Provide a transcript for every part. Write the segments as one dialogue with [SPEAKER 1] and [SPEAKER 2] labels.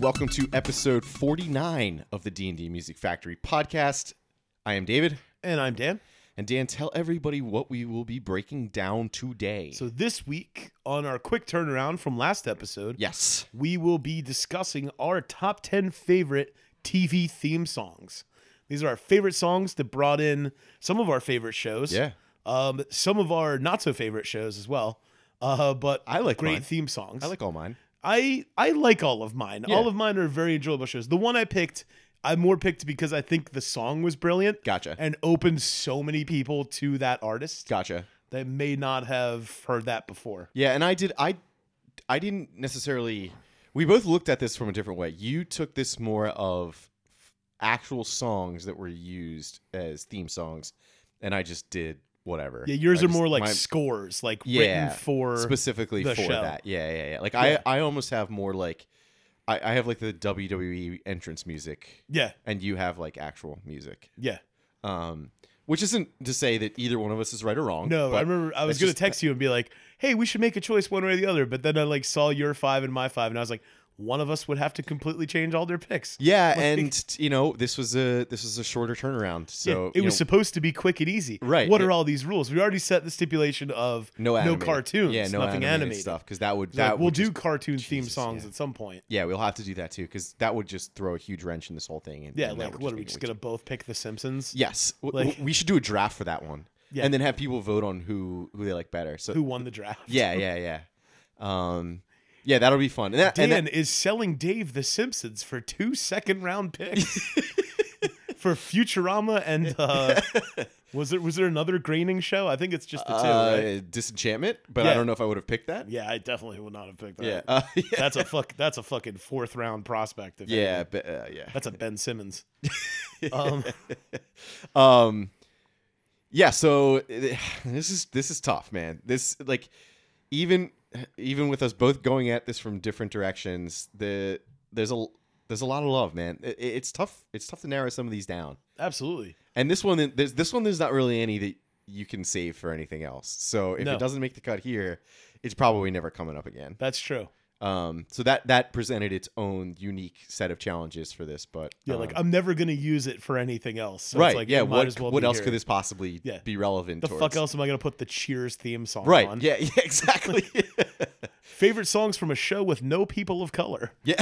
[SPEAKER 1] welcome to episode 49 of the D&D Music Factory podcast. I am David,
[SPEAKER 2] And I'm Dan.
[SPEAKER 1] and Dan, tell everybody what we will be breaking down today.
[SPEAKER 2] So this week, on our quick turnaround from last episode,
[SPEAKER 1] yes.
[SPEAKER 2] we will be discussing our top 10 favorite TV theme songs. These are our favorite songs that brought in some of our favorite shows.
[SPEAKER 1] Yeah.
[SPEAKER 2] Um, some of our not so favorite shows as well. Uh, but
[SPEAKER 1] I like
[SPEAKER 2] great
[SPEAKER 1] mine.
[SPEAKER 2] theme songs.
[SPEAKER 1] I like all mine.
[SPEAKER 2] I I like all of mine.
[SPEAKER 1] Yeah.
[SPEAKER 2] All of mine are very enjoyable shows. The one I picked, I more picked because I think the song was brilliant
[SPEAKER 1] Gotcha.
[SPEAKER 2] and opened so many people to that artist
[SPEAKER 1] Gotcha.
[SPEAKER 2] that may not have heard that before.
[SPEAKER 1] Yeah, and I did I I didn't necessarily we both looked at this from a different way. You took this more of actual songs that were used as theme songs and I just did whatever.
[SPEAKER 2] Yeah, yours
[SPEAKER 1] I
[SPEAKER 2] are
[SPEAKER 1] just-
[SPEAKER 2] more like
[SPEAKER 1] my-
[SPEAKER 2] scores, like
[SPEAKER 1] Yeah,
[SPEAKER 2] written for.
[SPEAKER 1] specifically
[SPEAKER 2] the
[SPEAKER 1] for
[SPEAKER 2] show.
[SPEAKER 1] that. Yeah, yeah, yeah. Like
[SPEAKER 2] Yeah.
[SPEAKER 1] I, I almost have more like, I, I have like the WWE entrance music,
[SPEAKER 2] yeah,
[SPEAKER 1] and you have like actual music.
[SPEAKER 2] yeah.
[SPEAKER 1] Um, which isn't to say that either one of us is right or wrong.
[SPEAKER 2] No,
[SPEAKER 1] but
[SPEAKER 2] I remember I was
[SPEAKER 1] that's
[SPEAKER 2] gonna
[SPEAKER 1] just-
[SPEAKER 2] text you and be like, "Hey, we should make a choice one way or the other." But then I like saw your five and my five, and I was like, one of us would have to completely change all their picks.
[SPEAKER 1] Yeah, and you know this was a this was a shorter turnaround, so
[SPEAKER 2] yeah,
[SPEAKER 1] you
[SPEAKER 2] it was
[SPEAKER 1] know,
[SPEAKER 2] supposed to be quick and easy.
[SPEAKER 1] Right,
[SPEAKER 2] What
[SPEAKER 1] it-
[SPEAKER 2] are all these rules? We already set the stipulation of
[SPEAKER 1] no animated.
[SPEAKER 2] cartoons,
[SPEAKER 1] yeah, no
[SPEAKER 2] nothing
[SPEAKER 1] animated,
[SPEAKER 2] animated.
[SPEAKER 1] stuff because that would
[SPEAKER 2] It's like,
[SPEAKER 1] that
[SPEAKER 2] we'll
[SPEAKER 1] would
[SPEAKER 2] do
[SPEAKER 1] just-
[SPEAKER 2] cartoon theme
[SPEAKER 1] Jesus,
[SPEAKER 2] songs
[SPEAKER 1] yeah.
[SPEAKER 2] at some point.
[SPEAKER 1] yeah, we'll have to do that too because that would just throw a huge wrench in this whole thing. And,
[SPEAKER 2] Yeah,
[SPEAKER 1] and that
[SPEAKER 2] like
[SPEAKER 1] would
[SPEAKER 2] what are we
[SPEAKER 1] make it
[SPEAKER 2] just
[SPEAKER 1] way
[SPEAKER 2] gonna both pick The Simpsons?
[SPEAKER 1] Yes, W-
[SPEAKER 2] Like-
[SPEAKER 1] w- we should do a draft for that one,
[SPEAKER 2] Yeah.
[SPEAKER 1] and then have people vote on who who they like better. So
[SPEAKER 2] Who won the draft?
[SPEAKER 1] yeah, yeah, yeah, um, yeah, that'll be fun. And that,
[SPEAKER 2] Dan
[SPEAKER 1] and that-
[SPEAKER 2] is selling Dave The Simpsons for two second round picks for Futurama and uh, was there was there another graining show? I think it's just the two.
[SPEAKER 1] uh,
[SPEAKER 2] right?
[SPEAKER 1] disenchantment, but I
[SPEAKER 2] Yeah.
[SPEAKER 1] don't know if I would have picked that.
[SPEAKER 2] Yeah, I definitely would not have picked that.
[SPEAKER 1] yeah, uh, yeah,
[SPEAKER 2] that's a fuck. That's a fucking fourth round prospect. If
[SPEAKER 1] yeah,
[SPEAKER 2] anything.
[SPEAKER 1] but, uh, yeah.
[SPEAKER 2] that's a Ben Simmons. um,
[SPEAKER 1] Um, yeah. So eh, this is this is tough, man. This like even even with us both going at this from different directions, the there's a there's a lot of love, man. It, it's tough. It's tough to narrow some of these down.
[SPEAKER 2] absolutely.
[SPEAKER 1] And this one, there's this one. There's not really any that you can save for anything else. So if
[SPEAKER 2] No.
[SPEAKER 1] it doesn't make the cut here, it's probably never coming up again.
[SPEAKER 2] That's true.
[SPEAKER 1] Um, so that that presented its own unique set of challenges for this. But
[SPEAKER 2] Yeah,
[SPEAKER 1] um,
[SPEAKER 2] like I'm never gonna use it for anything else. So
[SPEAKER 1] right,
[SPEAKER 2] It's like,
[SPEAKER 1] yeah.
[SPEAKER 2] it might
[SPEAKER 1] What
[SPEAKER 2] as well
[SPEAKER 1] what
[SPEAKER 2] be
[SPEAKER 1] else
[SPEAKER 2] here.
[SPEAKER 1] could this possibly
[SPEAKER 2] Yeah.
[SPEAKER 1] be relevant?
[SPEAKER 2] The
[SPEAKER 1] towards?
[SPEAKER 2] fuck else am I gonna put the Cheers theme song
[SPEAKER 1] Right.
[SPEAKER 2] on?
[SPEAKER 1] Yeah. Yeah. Exactly.
[SPEAKER 2] Favorite songs from a show with no people of color.
[SPEAKER 1] yeah.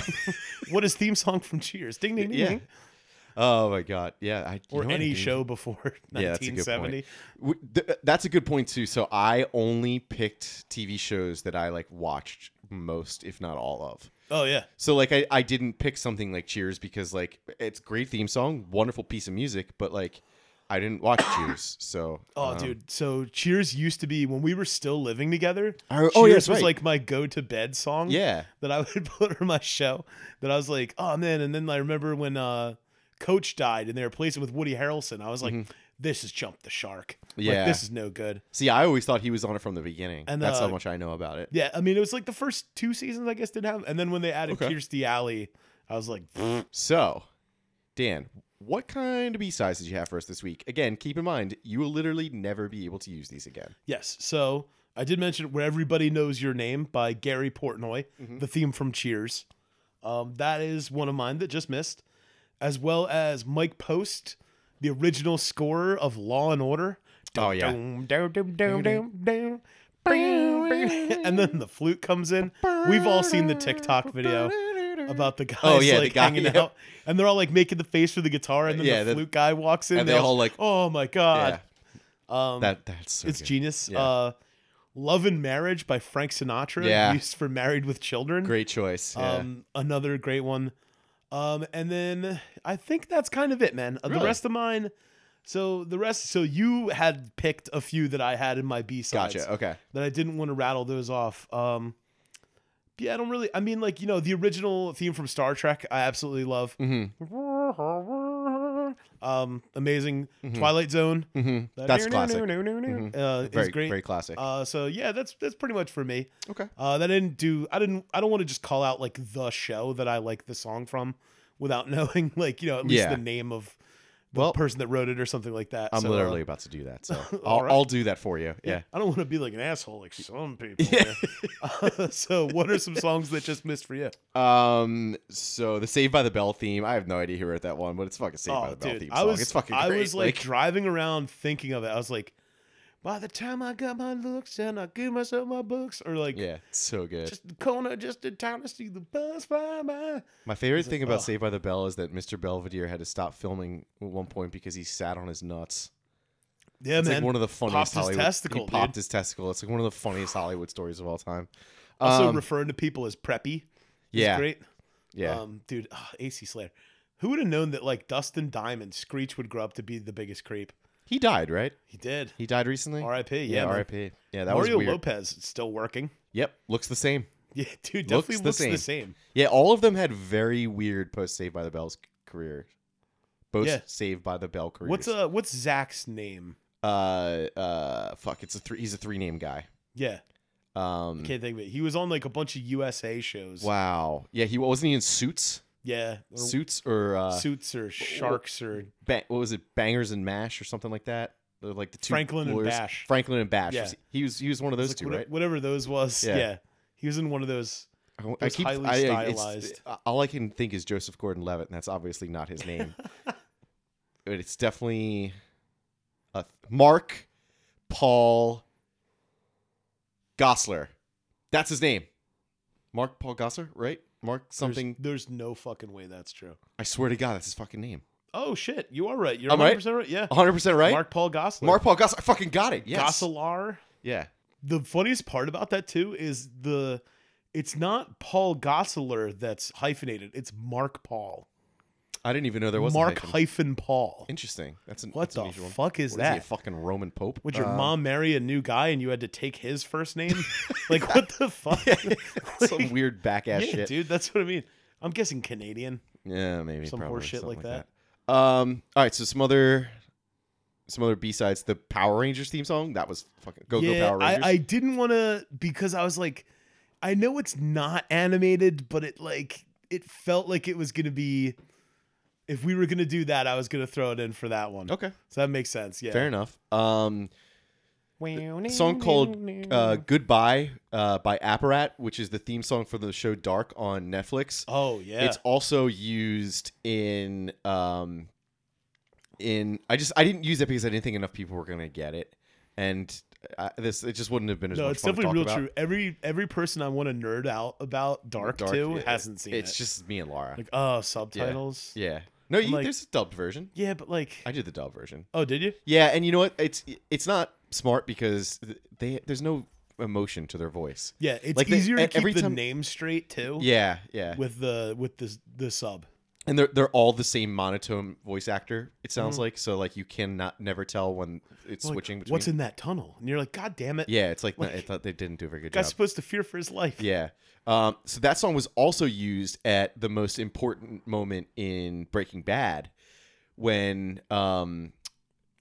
[SPEAKER 2] what is theme song from Cheers? Ding ding ding.
[SPEAKER 1] Yeah.
[SPEAKER 2] ding.
[SPEAKER 1] Oh my god. Yeah. I, you
[SPEAKER 2] Or
[SPEAKER 1] know what I
[SPEAKER 2] any
[SPEAKER 1] mean?
[SPEAKER 2] show before
[SPEAKER 1] Yeah, that's a good
[SPEAKER 2] 1970.
[SPEAKER 1] point. W- th- that's a good point too. So I only picked TV shows that I like watched most, if not all of.
[SPEAKER 2] oh yeah,
[SPEAKER 1] So like I, I didn't pick something like Cheers because like it's great theme song, wonderful piece of music, but like I didn't watch Cheers. So
[SPEAKER 2] oh
[SPEAKER 1] um,
[SPEAKER 2] dude. So Cheers used to be when we were still living together.
[SPEAKER 1] I-
[SPEAKER 2] Cheers
[SPEAKER 1] oh, yeah, that's
[SPEAKER 2] was
[SPEAKER 1] right.
[SPEAKER 2] like my go to bed song.
[SPEAKER 1] Yeah.
[SPEAKER 2] that I would put on my show. That I was like, oh man. And then I remember when uh, Coach died and they replaced him with Woody Harrelson. I was like, this has jumped the shark. Like,
[SPEAKER 1] Mm-hmm. Yeah.
[SPEAKER 2] this is no good.
[SPEAKER 1] See, I always thought he was on it from the beginning.
[SPEAKER 2] And,
[SPEAKER 1] that's how
[SPEAKER 2] uh,
[SPEAKER 1] much I know about it.
[SPEAKER 2] Yeah, I mean it was like the first two seasons I guess didn't have, and then when they added
[SPEAKER 1] Okay.
[SPEAKER 2] Kirstie Alley, I was like,
[SPEAKER 1] So, Dan, what kind of B sides did you have for us this week? Again, keep in mind you will literally never be able to use these again.
[SPEAKER 2] Yes. So I did mention Where Everybody Knows Your Name by Gary Portnoy,
[SPEAKER 1] Mhm.
[SPEAKER 2] the theme from Cheers. Um, that is one of mine that just missed, as well as Mike Post, the original scorer of Law and Order.
[SPEAKER 1] Oh, yeah.
[SPEAKER 2] Dum, dum, dum, dum, dum, dum, bing, bing. And then the flute comes in. We've all seen the TikTok video about the guys
[SPEAKER 1] Oh, yeah, the
[SPEAKER 2] like
[SPEAKER 1] guy,
[SPEAKER 2] hanging
[SPEAKER 1] yeah.
[SPEAKER 2] out, and they're all like making the face for the guitar, and then
[SPEAKER 1] Yeah,
[SPEAKER 2] the
[SPEAKER 1] that-
[SPEAKER 2] flute guy walks in.
[SPEAKER 1] and they all, like,
[SPEAKER 2] "Oh my god!"
[SPEAKER 1] um, that that's so
[SPEAKER 2] It's
[SPEAKER 1] good.
[SPEAKER 2] genius.
[SPEAKER 1] Yeah.
[SPEAKER 2] Uh, Love and Marriage by Frank Sinatra,
[SPEAKER 1] Yeah.
[SPEAKER 2] used for Married with Children.
[SPEAKER 1] Great choice. Yeah.
[SPEAKER 2] Um, another great one. Um, and then I think that's kind of it, man. Uh,
[SPEAKER 1] Really?
[SPEAKER 2] The rest of mine. So the rest. So you had picked a few that I had in my B sides
[SPEAKER 1] gotcha. Okay.
[SPEAKER 2] that I didn't want to rattle those off. Um, yeah, I don't really. I mean, like you know, the original theme from Star Trek, I absolutely love.
[SPEAKER 1] hmm
[SPEAKER 2] Um, amazing Twilight Zone.
[SPEAKER 1] hmm Mm-hmm. That's classic. Mhm.
[SPEAKER 2] Uh,
[SPEAKER 1] Very
[SPEAKER 2] is great.
[SPEAKER 1] very classic.
[SPEAKER 2] Uh, so yeah, that's that's pretty much for me.
[SPEAKER 1] okay.
[SPEAKER 2] Uh, that didn't do. I didn't. I don't want to just call out like the show that I like the song from without knowing like you know at least
[SPEAKER 1] Yeah.
[SPEAKER 2] the name of the
[SPEAKER 1] Well-
[SPEAKER 2] person that wrote it or something like that.
[SPEAKER 1] I'm
[SPEAKER 2] So, uh,
[SPEAKER 1] literally about to do that, so I'll,
[SPEAKER 2] All right.
[SPEAKER 1] I'll do that for you. Yeah.
[SPEAKER 2] I don't want to be like an asshole like some people.
[SPEAKER 1] Yeah.
[SPEAKER 2] man. Uh, so, what are some songs that just missed for you?
[SPEAKER 1] Um. So the Saved by the Bell theme. I have no idea who wrote that one, but it's fucking Saved by the Bell theme song.
[SPEAKER 2] Oh, I was
[SPEAKER 1] it's fucking.
[SPEAKER 2] I
[SPEAKER 1] great.
[SPEAKER 2] was like, driving around thinking of it. I was like, by the time I got my looks and I give myself my books, or like,
[SPEAKER 1] yeah, it's so good.
[SPEAKER 2] just the corner, just in time to see the bus fly by.
[SPEAKER 1] My
[SPEAKER 2] like,
[SPEAKER 1] favorite thing about
[SPEAKER 2] "Ugh."
[SPEAKER 1] Saved by the Bell is that Mr. Belvedere had to stop filming at one point because he sat on his nuts.
[SPEAKER 2] Yeah,
[SPEAKER 1] It's
[SPEAKER 2] man.
[SPEAKER 1] like one of the funniest
[SPEAKER 2] Popped his
[SPEAKER 1] Hollywood.
[SPEAKER 2] testicle,
[SPEAKER 1] he popped
[SPEAKER 2] dude.
[SPEAKER 1] his testicle. It's like one of the funniest Hollywood stories of all time.
[SPEAKER 2] also,
[SPEAKER 1] Um,
[SPEAKER 2] referring to people as preppy. is
[SPEAKER 1] yeah,
[SPEAKER 2] great.
[SPEAKER 1] yeah.
[SPEAKER 2] Um, dude, ah, AC Slayer. Who would have known that like Dustin Diamond, Screech would grow up to be the biggest creep?
[SPEAKER 1] he died, right?
[SPEAKER 2] He did.
[SPEAKER 1] He died recently.
[SPEAKER 2] R.I.P. Yeah,
[SPEAKER 1] yeah,
[SPEAKER 2] man.
[SPEAKER 1] R.I.P. Yeah, that
[SPEAKER 2] Mario
[SPEAKER 1] was weird.
[SPEAKER 2] Lopez is still working.
[SPEAKER 1] Yep, looks the same.
[SPEAKER 2] Yeah, dude,
[SPEAKER 1] Looks
[SPEAKER 2] definitely
[SPEAKER 1] the
[SPEAKER 2] looks, the,
[SPEAKER 1] same.
[SPEAKER 2] same.
[SPEAKER 1] Yeah, all of them had very weird post Saved by the Bell's career. Both
[SPEAKER 2] Yeah.
[SPEAKER 1] Saved by the Bell careers.
[SPEAKER 2] What's uh, what's Zach's name?
[SPEAKER 1] uh uh fuck? It's a three. He's a three name guy.
[SPEAKER 2] Yeah,
[SPEAKER 1] Um.
[SPEAKER 2] can't think of it. He was on like a bunch of USA shows.
[SPEAKER 1] Wow. Yeah, he wasn't he in Suits.
[SPEAKER 2] Yeah, or
[SPEAKER 1] Suits or uh,
[SPEAKER 2] suits or sharks or
[SPEAKER 1] ba- what was it? Bangers and Mash or something like that. They're like the two
[SPEAKER 2] Franklin and
[SPEAKER 1] lawyers-
[SPEAKER 2] Bash.
[SPEAKER 1] Franklin and Bash.
[SPEAKER 2] Yeah.
[SPEAKER 1] Was- he was he was one of those
[SPEAKER 2] It's
[SPEAKER 1] two,
[SPEAKER 2] like, what-
[SPEAKER 1] right?
[SPEAKER 2] whatever those was.
[SPEAKER 1] Yeah.
[SPEAKER 2] Yeah. he was in one of those.
[SPEAKER 1] Oh, I- I
[SPEAKER 2] those
[SPEAKER 1] keep
[SPEAKER 2] highly
[SPEAKER 1] I- I- it's-
[SPEAKER 2] stylized.
[SPEAKER 1] uh, all I can think is Joseph Gordon-Levitt, and that's obviously not his name. but it's definitely a th- Mark Paul Gosler. That's his name. Mark Paul Gosler, right? Mark something.
[SPEAKER 2] There's, there's no fucking way that's true.
[SPEAKER 1] I swear to God, that's his fucking name.
[SPEAKER 2] Oh shit, you are right. You're
[SPEAKER 1] I'm right?
[SPEAKER 2] 100 percent right. Yeah,
[SPEAKER 1] 100 percent right. Mark,
[SPEAKER 2] Mark Paul Gosselaar.
[SPEAKER 1] Paul Gosler. I fucking got it. Yes.
[SPEAKER 2] Gosselaar.
[SPEAKER 1] Yeah.
[SPEAKER 2] The funniest part about that too is the it's not Paul Gosselaar that's hyphenated. It's Mark Paul.
[SPEAKER 1] I didn't even know there was a
[SPEAKER 2] Mark
[SPEAKER 1] hyphen.
[SPEAKER 2] hyphen Paul.
[SPEAKER 1] Interesting. That's an
[SPEAKER 2] What
[SPEAKER 1] that's an
[SPEAKER 2] the
[SPEAKER 1] unusual one.
[SPEAKER 2] fuck is
[SPEAKER 1] What
[SPEAKER 2] that?
[SPEAKER 1] he, a fucking Roman Pope?
[SPEAKER 2] Would your
[SPEAKER 1] Uh,
[SPEAKER 2] mom marry a new guy and you had to take his first name? like what the fuck?
[SPEAKER 1] some weird back ass
[SPEAKER 2] yeah,
[SPEAKER 1] shit.
[SPEAKER 2] dude, that's what I mean. I'm guessing Canadian.
[SPEAKER 1] Yeah, maybe
[SPEAKER 2] Some
[SPEAKER 1] probably,
[SPEAKER 2] horseshit
[SPEAKER 1] something
[SPEAKER 2] like that.
[SPEAKER 1] Um. All right. So some other, some other B sides. The Power Rangers theme song that was fucking go go
[SPEAKER 2] yeah,
[SPEAKER 1] Power
[SPEAKER 2] I,
[SPEAKER 1] Rangers.
[SPEAKER 2] I didn't want to because I was like, I know it's not animated, but it like it felt like it was gonna be. If we were gonna do that, I was gonna throw it in for that one.
[SPEAKER 1] okay,
[SPEAKER 2] So that makes sense. Yeah.
[SPEAKER 1] fair enough. Um,
[SPEAKER 2] enough.
[SPEAKER 1] song called uh, "Goodbye" uh, by Apparat, which is the theme song for the show Dark on Netflix.
[SPEAKER 2] Oh yeah.
[SPEAKER 1] It's also used in um in I just I didn't use it because I didn't think enough people were gonna get it, and I, this it just wouldn't have been as
[SPEAKER 2] no,
[SPEAKER 1] much
[SPEAKER 2] it's
[SPEAKER 1] fun to
[SPEAKER 2] definitely
[SPEAKER 1] talk
[SPEAKER 2] real
[SPEAKER 1] about.
[SPEAKER 2] true. Every every person I want to nerd out about Dark,
[SPEAKER 1] Dark,
[SPEAKER 2] Two
[SPEAKER 1] yeah.
[SPEAKER 2] hasn't seen
[SPEAKER 1] It's
[SPEAKER 2] it.
[SPEAKER 1] just me and Laura.
[SPEAKER 2] like oh subtitles. Yeah,
[SPEAKER 1] yeah, no, you,
[SPEAKER 2] like-
[SPEAKER 1] there's a dubbed version.
[SPEAKER 2] but like
[SPEAKER 1] I did the dub version.
[SPEAKER 2] oh did you?
[SPEAKER 1] Yeah, and you know what? It's it's not smart because th- they there's no emotion to their voice.
[SPEAKER 2] Yeah, it's
[SPEAKER 1] Like, they-
[SPEAKER 2] easier
[SPEAKER 1] e-
[SPEAKER 2] to keep
[SPEAKER 1] every
[SPEAKER 2] the
[SPEAKER 1] time-
[SPEAKER 2] name straight too.
[SPEAKER 1] Yeah, yeah.
[SPEAKER 2] With the with the the sub.
[SPEAKER 1] and they're they're all the same monotone voice actor. It sounds like so like you cannot never tell when it's
[SPEAKER 2] Like,
[SPEAKER 1] switching between.
[SPEAKER 2] What's in that tunnel? And you're like, God damn it!
[SPEAKER 1] yeah, it's like, no, I
[SPEAKER 2] Like-
[SPEAKER 1] thought they didn't do a very good
[SPEAKER 2] Guy's
[SPEAKER 1] job.
[SPEAKER 2] supposed to fear for his life.
[SPEAKER 1] Yeah. Um, so that song was also used at the most important moment in Breaking Bad when um,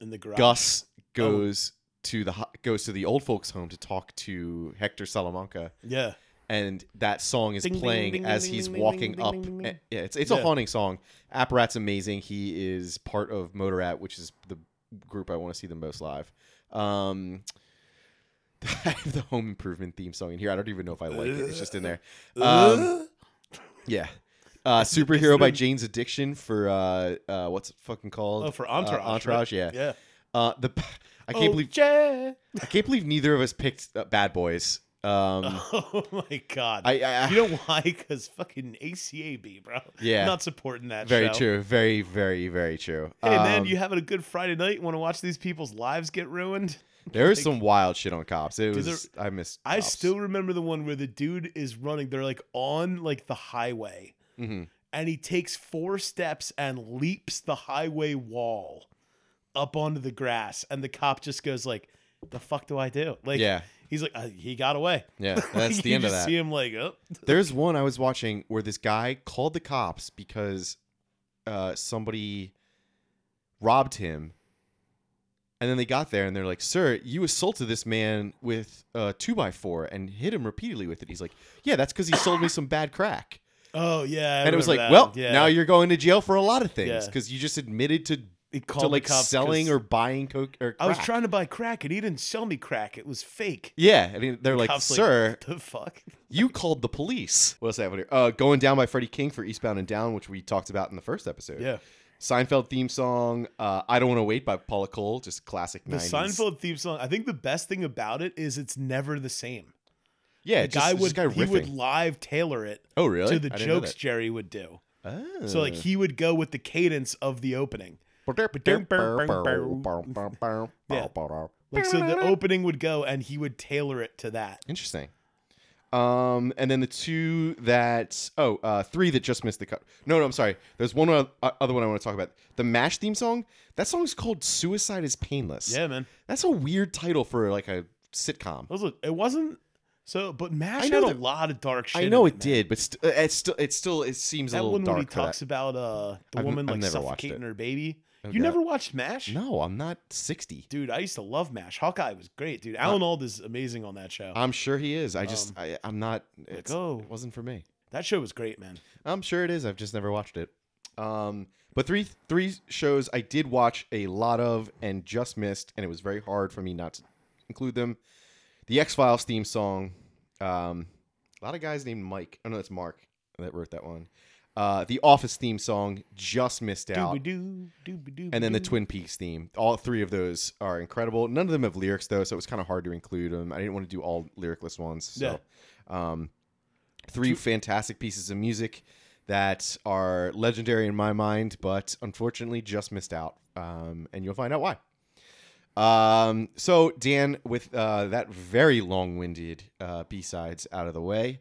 [SPEAKER 2] In the garage.
[SPEAKER 1] Gus goes to the ho- goes to the old folks home to talk to Hector Salamanca
[SPEAKER 2] Yeah.
[SPEAKER 1] and that song is
[SPEAKER 2] Ding, ding,
[SPEAKER 1] playing
[SPEAKER 2] ding,
[SPEAKER 1] as
[SPEAKER 2] ding,
[SPEAKER 1] he's
[SPEAKER 2] ding, ding,
[SPEAKER 1] walking
[SPEAKER 2] ding,
[SPEAKER 1] up.
[SPEAKER 2] ding, ding, ding.
[SPEAKER 1] Yeah, it's it's a
[SPEAKER 2] Yeah.
[SPEAKER 1] haunting song. Apparat's amazing. He is part of Motorat, which is the group I want to see the most live. Um, I have the Home Improvement theme song in here. I don't even know if I like it. It's just in there. Um, yeah. Uh, Superhero by Jane's Addiction for uh, uh, what's it fucking called?
[SPEAKER 2] oh, for
[SPEAKER 1] Uh,
[SPEAKER 2] entourage. right?
[SPEAKER 1] entourage, yeah.
[SPEAKER 2] Yeah.
[SPEAKER 1] Uh, the I can't
[SPEAKER 2] oh,
[SPEAKER 1] believe
[SPEAKER 2] Yeah.
[SPEAKER 1] I can't believe neither of us picked uh, Bad Boys. Um,
[SPEAKER 2] Oh my god.
[SPEAKER 1] I, I, I
[SPEAKER 2] you know why? Because fucking ACAB, bro.
[SPEAKER 1] Yeah.
[SPEAKER 2] Not supporting that.
[SPEAKER 1] Very
[SPEAKER 2] show.
[SPEAKER 1] true. Very, very, very true.
[SPEAKER 2] Hey man,
[SPEAKER 1] Um,
[SPEAKER 2] you having a good Friday night? Want to watch these people's lives get ruined?
[SPEAKER 1] there is
[SPEAKER 2] like-
[SPEAKER 1] some wild shit on cops. It was I missed.
[SPEAKER 2] I
[SPEAKER 1] Cops.
[SPEAKER 2] still remember the one where the dude is running. They're like on like the highway,
[SPEAKER 1] Mhm.
[SPEAKER 2] and he takes four steps and leaps the highway wall up onto the grass, and the cop just goes like, "The fuck do I do?" Like,
[SPEAKER 1] yeah,
[SPEAKER 2] he's like, uh, "He got away."
[SPEAKER 1] yeah. That's
[SPEAKER 2] Like,
[SPEAKER 1] the
[SPEAKER 2] you
[SPEAKER 1] end of
[SPEAKER 2] just
[SPEAKER 1] that.
[SPEAKER 2] See him like, "Oh,
[SPEAKER 1] There's one I was watching where this guy called the cops because uh, somebody robbed him, and then they got there and they're like, "Sir, you assaulted this man with a two by four and hit him repeatedly with it." He's like, "Yeah, that's because he sold me some bad crack."
[SPEAKER 2] oh yeah," I
[SPEAKER 1] and it was like,
[SPEAKER 2] remember that
[SPEAKER 1] "Well,
[SPEAKER 2] one. yeah.
[SPEAKER 1] now you're going to jail for a lot of things
[SPEAKER 2] Yeah.
[SPEAKER 1] because you just admitted to
[SPEAKER 2] He
[SPEAKER 1] to
[SPEAKER 2] called
[SPEAKER 1] like
[SPEAKER 2] the cops 'cause
[SPEAKER 1] selling or buying coke or
[SPEAKER 2] I was
[SPEAKER 1] crack.
[SPEAKER 2] trying to buy crack and he didn't sell me crack. It was fake.
[SPEAKER 1] Yeah, I mean they're like,
[SPEAKER 2] Cops like,
[SPEAKER 1] sir,
[SPEAKER 2] what the fuck?
[SPEAKER 1] you called the police. What else I have here? Uh, going down by Freddie King for Eastbound and Down, which we talked about in the first episode.
[SPEAKER 2] Yeah.
[SPEAKER 1] Seinfeld theme song. Uh, I don't want to wait by Paula Cole, just classic.
[SPEAKER 2] The
[SPEAKER 1] 90s.
[SPEAKER 2] Seinfeld theme song. I think the best thing about it is it's never the same.
[SPEAKER 1] Yeah,
[SPEAKER 2] The
[SPEAKER 1] just,
[SPEAKER 2] guy
[SPEAKER 1] just
[SPEAKER 2] would
[SPEAKER 1] guy
[SPEAKER 2] he would
[SPEAKER 1] riffing.
[SPEAKER 2] live tailor it
[SPEAKER 1] oh really?
[SPEAKER 2] to the
[SPEAKER 1] I didn't know
[SPEAKER 2] jokes
[SPEAKER 1] that.
[SPEAKER 2] Jerry would do.
[SPEAKER 1] Oh.
[SPEAKER 2] So like he would go with the cadence of the opening. Like so the opening would go and he would tailor it to that.
[SPEAKER 1] Interesting. Um, and then the two that oh, uh, three that just missed the cut. No, no, I'm sorry. There's one o- uh, other one I want to talk about. The Mash theme song. That song is called "Suicide Is Painless."
[SPEAKER 2] Yeah, man.
[SPEAKER 1] that's a weird title for like a sitcom.
[SPEAKER 2] Those look- it wasn't so but MASH
[SPEAKER 1] I
[SPEAKER 2] had
[SPEAKER 1] know
[SPEAKER 2] a
[SPEAKER 1] that-
[SPEAKER 2] lot of dark shit.
[SPEAKER 1] I know
[SPEAKER 2] in
[SPEAKER 1] it
[SPEAKER 2] man.
[SPEAKER 1] did, but st- uh, it's still it still it seems a
[SPEAKER 2] That
[SPEAKER 1] little
[SPEAKER 2] one
[SPEAKER 1] dark
[SPEAKER 2] when he
[SPEAKER 1] for
[SPEAKER 2] talks
[SPEAKER 1] that.
[SPEAKER 2] about uh the
[SPEAKER 1] I've-
[SPEAKER 2] woman
[SPEAKER 1] I've
[SPEAKER 2] like
[SPEAKER 1] never watched
[SPEAKER 2] suffocating
[SPEAKER 1] it.
[SPEAKER 2] her baby.
[SPEAKER 1] I've
[SPEAKER 2] You
[SPEAKER 1] got-
[SPEAKER 2] never watched MASH?
[SPEAKER 1] No, I'm not sixty.
[SPEAKER 2] Dude, I used to love MASH. Hawkeye was great, dude. Alan Alda is amazing on that show.
[SPEAKER 1] I'm sure he is. I just
[SPEAKER 2] Um,
[SPEAKER 1] I, I'm not. It's,
[SPEAKER 2] oh.
[SPEAKER 1] it wasn't for me.
[SPEAKER 2] that show was great, man.
[SPEAKER 1] I'm sure it is. I've just never watched it. Um, but three three shows I did watch a lot of and just missed, and it was very hard for me not to include them. The X Files theme song. Um, a lot of guys named Mike. Oh no, that's Mark that wrote that one. Uh, the Office theme song just missed out.
[SPEAKER 2] Doobie doo, doobie doo.
[SPEAKER 1] and then the Twin Peaks theme. All three of those are incredible. None of them have lyrics though, so it was kind of hard to include them. I didn't want to do all lyricless ones. So, um, three fantastic pieces of music that are legendary in my mind, but unfortunately just missed out. Um, and you'll find out why. Um, so Dan, with uh, that very long-winded uh, B sides out of the way,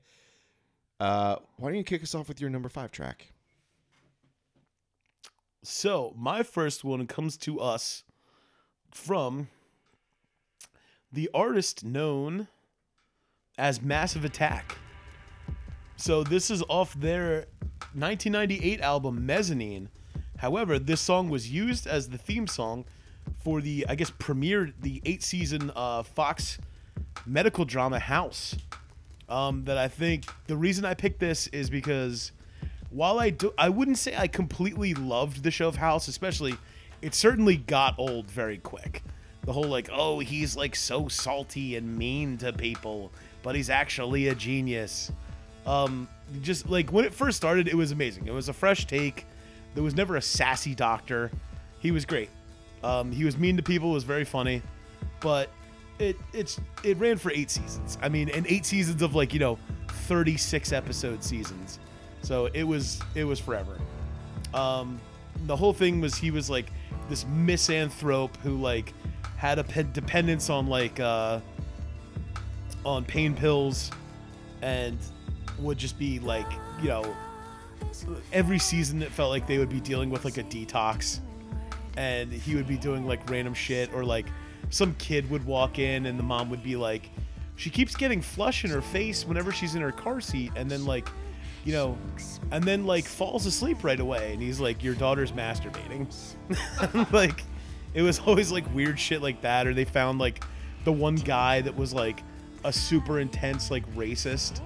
[SPEAKER 1] uh, why don't you kick us off with your number five track?
[SPEAKER 2] So my first one comes to us from the artist known as Massive Attack. So this is off their 1998 album Mezzanine. However, this song was used as the theme song for the, I guess, premiered the eight season uh, Fox medical drama House. Um, that I think the reason I picked this is because while I do, I wouldn't say I completely loved the show of House, especially it certainly got old very quick. The whole like, oh, he's like so salty and mean to people, but he's actually a genius. Um, just like when it first started, it was amazing. It was a fresh take. There was never a sassy doctor. He was great. Um, he was mean to people. Was very funny, but it it's it ran for eight seasons. I mean, and eight seasons of like you know, thirty six episode seasons. So it was it was forever. Um, the whole thing was he was like this misanthrope who like had a pe- dependence on like uh, on pain pills and would just be like you know every season it felt like they would be dealing with like a detox and he would be doing like random shit or like some kid would walk in and the mom would be like she keeps getting flush in her face whenever she's in her car seat and then like you know and then like falls asleep right away and he's like your daughter's masturbating like it was always like weird shit like that or they found like the one guy that was like a super intense like racist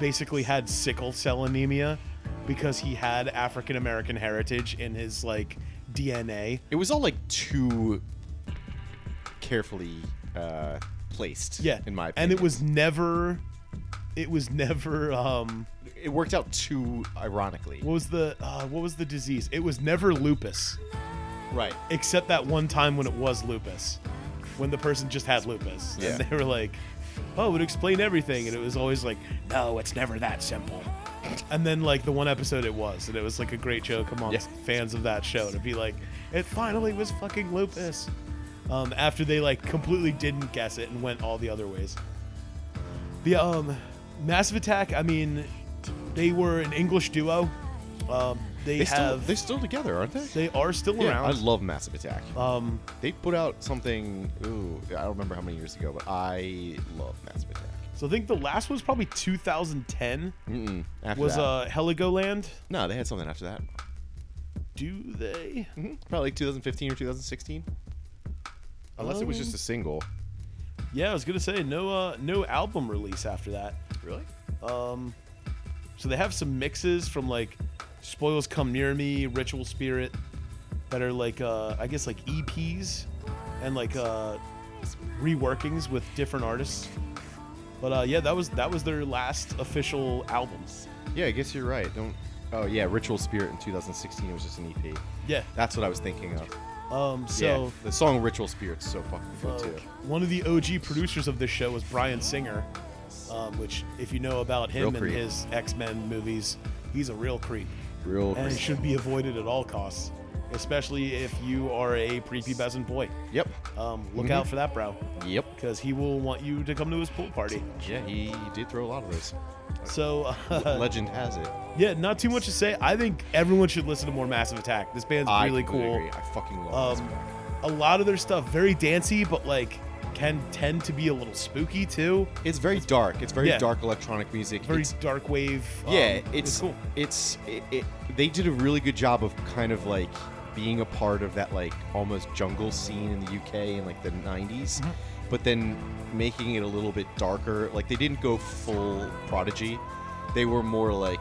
[SPEAKER 2] basically had sickle cell anemia because he had African American heritage in his like DNA.
[SPEAKER 1] It was all like too carefully uh, placed.
[SPEAKER 2] Yeah.
[SPEAKER 1] in my opinion,
[SPEAKER 2] and it was never it was never um
[SPEAKER 1] it worked out too ironically.
[SPEAKER 2] what was the uh, what was the disease? It was never lupus
[SPEAKER 1] right.
[SPEAKER 2] except that one time when it was lupus. When the person just had lupus
[SPEAKER 1] Yeah.
[SPEAKER 2] and they were like, "Oh, it would explain everything." And it was always like, "No, it's never that simple." And then like the one episode it was, and it was like a great joke amongst
[SPEAKER 1] Yeah.
[SPEAKER 2] fans of that show to be like, "It finally was fucking lupus." um, after they like completely didn't guess it and went all the other ways. The um, Massive Attack. I mean, they were an English duo. Um, they,
[SPEAKER 1] They still,
[SPEAKER 2] have
[SPEAKER 1] they're still together, aren't
[SPEAKER 2] they
[SPEAKER 1] they?
[SPEAKER 2] are still
[SPEAKER 1] yeah, I
[SPEAKER 2] around.
[SPEAKER 1] love Massive Attack.
[SPEAKER 2] um,
[SPEAKER 1] They put out something. Ooh, I don't remember how many years ago, but I love Massive Attack.
[SPEAKER 2] so I think the last one was probably 2010.
[SPEAKER 1] Mm-mm, after
[SPEAKER 2] Was
[SPEAKER 1] that,
[SPEAKER 2] uh Heligoland?
[SPEAKER 1] no, they had something after that.
[SPEAKER 2] Do they?
[SPEAKER 1] Mhm, Probably like 2015 or 2016. Unless it was just
[SPEAKER 2] Um,
[SPEAKER 1] a single.
[SPEAKER 2] Yeah, I was gonna say no uh no album release after that.
[SPEAKER 1] Really?
[SPEAKER 2] Um, so they have some mixes from like Spoils Come Near Me, Ritual Spirit, that are like uh, I guess like EPs and like uh, reworkings with different artists. But uh, yeah, that was that was their last official album.
[SPEAKER 1] Yeah, I guess you're right. Don't. Oh yeah, Ritual Spirit in 2016 was just an E EP.
[SPEAKER 2] Yeah.
[SPEAKER 1] That's what I was thinking of.
[SPEAKER 2] Um,
[SPEAKER 1] yeah,
[SPEAKER 2] so
[SPEAKER 1] the song Ritual Spirit's so fucking good
[SPEAKER 2] uh,
[SPEAKER 1] too.
[SPEAKER 2] one of the OG producers of this show was Brian Singer, um, which if you know about
[SPEAKER 1] Real
[SPEAKER 2] him and
[SPEAKER 1] creep.
[SPEAKER 2] his X Men movies, he's a real creep.
[SPEAKER 1] Real.
[SPEAKER 2] and it
[SPEAKER 1] creep.
[SPEAKER 2] should be avoided at all costs, especially if you are a prepubescent boy.
[SPEAKER 1] Yep.
[SPEAKER 2] Um, look
[SPEAKER 1] Mhm.
[SPEAKER 2] out for that bro,
[SPEAKER 1] Yep.
[SPEAKER 2] because he will want you to come to his pool party.
[SPEAKER 1] Yeah, he did throw a lot of those.
[SPEAKER 2] So, uh,
[SPEAKER 1] Legend has it.
[SPEAKER 2] yeah, not too much to say. I think everyone should listen to more Massive Attack. This band's
[SPEAKER 1] I
[SPEAKER 2] really
[SPEAKER 1] completely
[SPEAKER 2] cool.
[SPEAKER 1] Agree. I fucking love
[SPEAKER 2] Um,
[SPEAKER 1] this band.
[SPEAKER 2] a lot of their stuff very dancey, but like can tend to be a little spooky too.
[SPEAKER 1] It's very dark. It's very
[SPEAKER 2] yeah.
[SPEAKER 1] dark electronic music.
[SPEAKER 2] Very
[SPEAKER 1] It's-
[SPEAKER 2] dark wave. um,
[SPEAKER 1] yeah, it's
[SPEAKER 2] cool.
[SPEAKER 1] It's it, it, they did a really good job of kind of like being a part of that like almost jungle scene in the UK in like the 90s,
[SPEAKER 2] Mm-hmm.
[SPEAKER 1] but then making it a little bit darker. Like they didn't go full prodigy. They were more like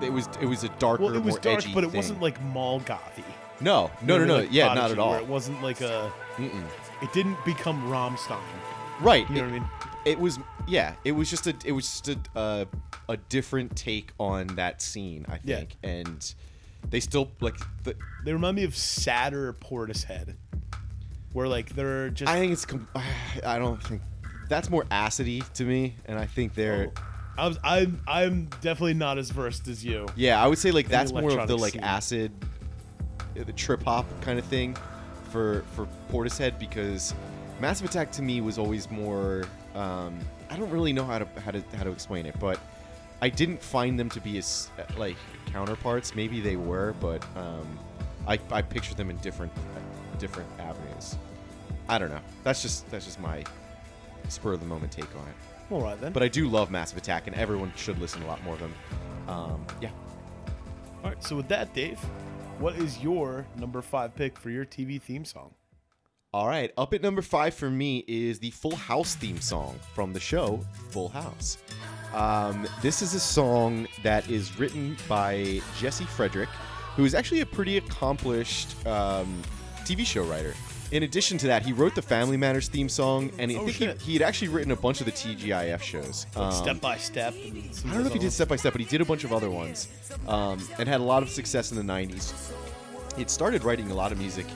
[SPEAKER 1] it was it was a darker,
[SPEAKER 2] Well, it was
[SPEAKER 1] more
[SPEAKER 2] dark,
[SPEAKER 1] edgy
[SPEAKER 2] but it
[SPEAKER 1] thing.
[SPEAKER 2] wasn't like mall gothy.
[SPEAKER 1] no, no, no,
[SPEAKER 2] Remember,
[SPEAKER 1] no.
[SPEAKER 2] like,
[SPEAKER 1] yeah, not
[SPEAKER 2] Prodigy,
[SPEAKER 1] at
[SPEAKER 2] Where it
[SPEAKER 1] all.
[SPEAKER 2] wasn't like a.
[SPEAKER 1] Mm-mm.
[SPEAKER 2] It didn't become Rammstein.
[SPEAKER 1] Right.
[SPEAKER 2] You know
[SPEAKER 1] it-
[SPEAKER 2] what I mean?
[SPEAKER 1] it was yeah it was just a it was just a uh, a different take on that scene i
[SPEAKER 2] Yeah.
[SPEAKER 1] think and they still like the,
[SPEAKER 2] They remind me of sadder Portishead, where like they're just
[SPEAKER 1] i think it's com- i don't think that's more acidy to me and i think
[SPEAKER 2] Oh.
[SPEAKER 1] they're
[SPEAKER 2] I was, I'm I'm definitely not as versed as you.
[SPEAKER 1] yeah i would say like that's more of the
[SPEAKER 2] electronic
[SPEAKER 1] like
[SPEAKER 2] scene.
[SPEAKER 1] acid uh, the trip hop kind of thing for for portishead because massive attack to me was always more um i don't really know how to how to how to explain it but i didn't find them to be as uh, like counterparts maybe they were but um i i picture them in different uh, different avenues i don't know that's just that's just my spur of the moment take on it
[SPEAKER 2] All right then.
[SPEAKER 1] but i do love massive attack and everyone should listen to a lot more of them um yeah
[SPEAKER 2] All right. So with that, Dave, what is your number five pick for your TV theme song?
[SPEAKER 1] All right, up at number five for me is the Full House theme song from the show Full House. Um, this is a song that is written by Jesse Frederick, who is actually a pretty accomplished um, TV show writer. In addition to that, he wrote the Family Matters theme song, and I
[SPEAKER 2] Oh,
[SPEAKER 1] think he,
[SPEAKER 2] shit.
[SPEAKER 1] he had actually written a bunch of the TGIF shows. Um,
[SPEAKER 2] step by step. And some
[SPEAKER 1] I don't know if he did
[SPEAKER 2] others.
[SPEAKER 1] step by step, but he did a bunch of other ones, um, and had a lot of success in the '90s. It started writing a lot of music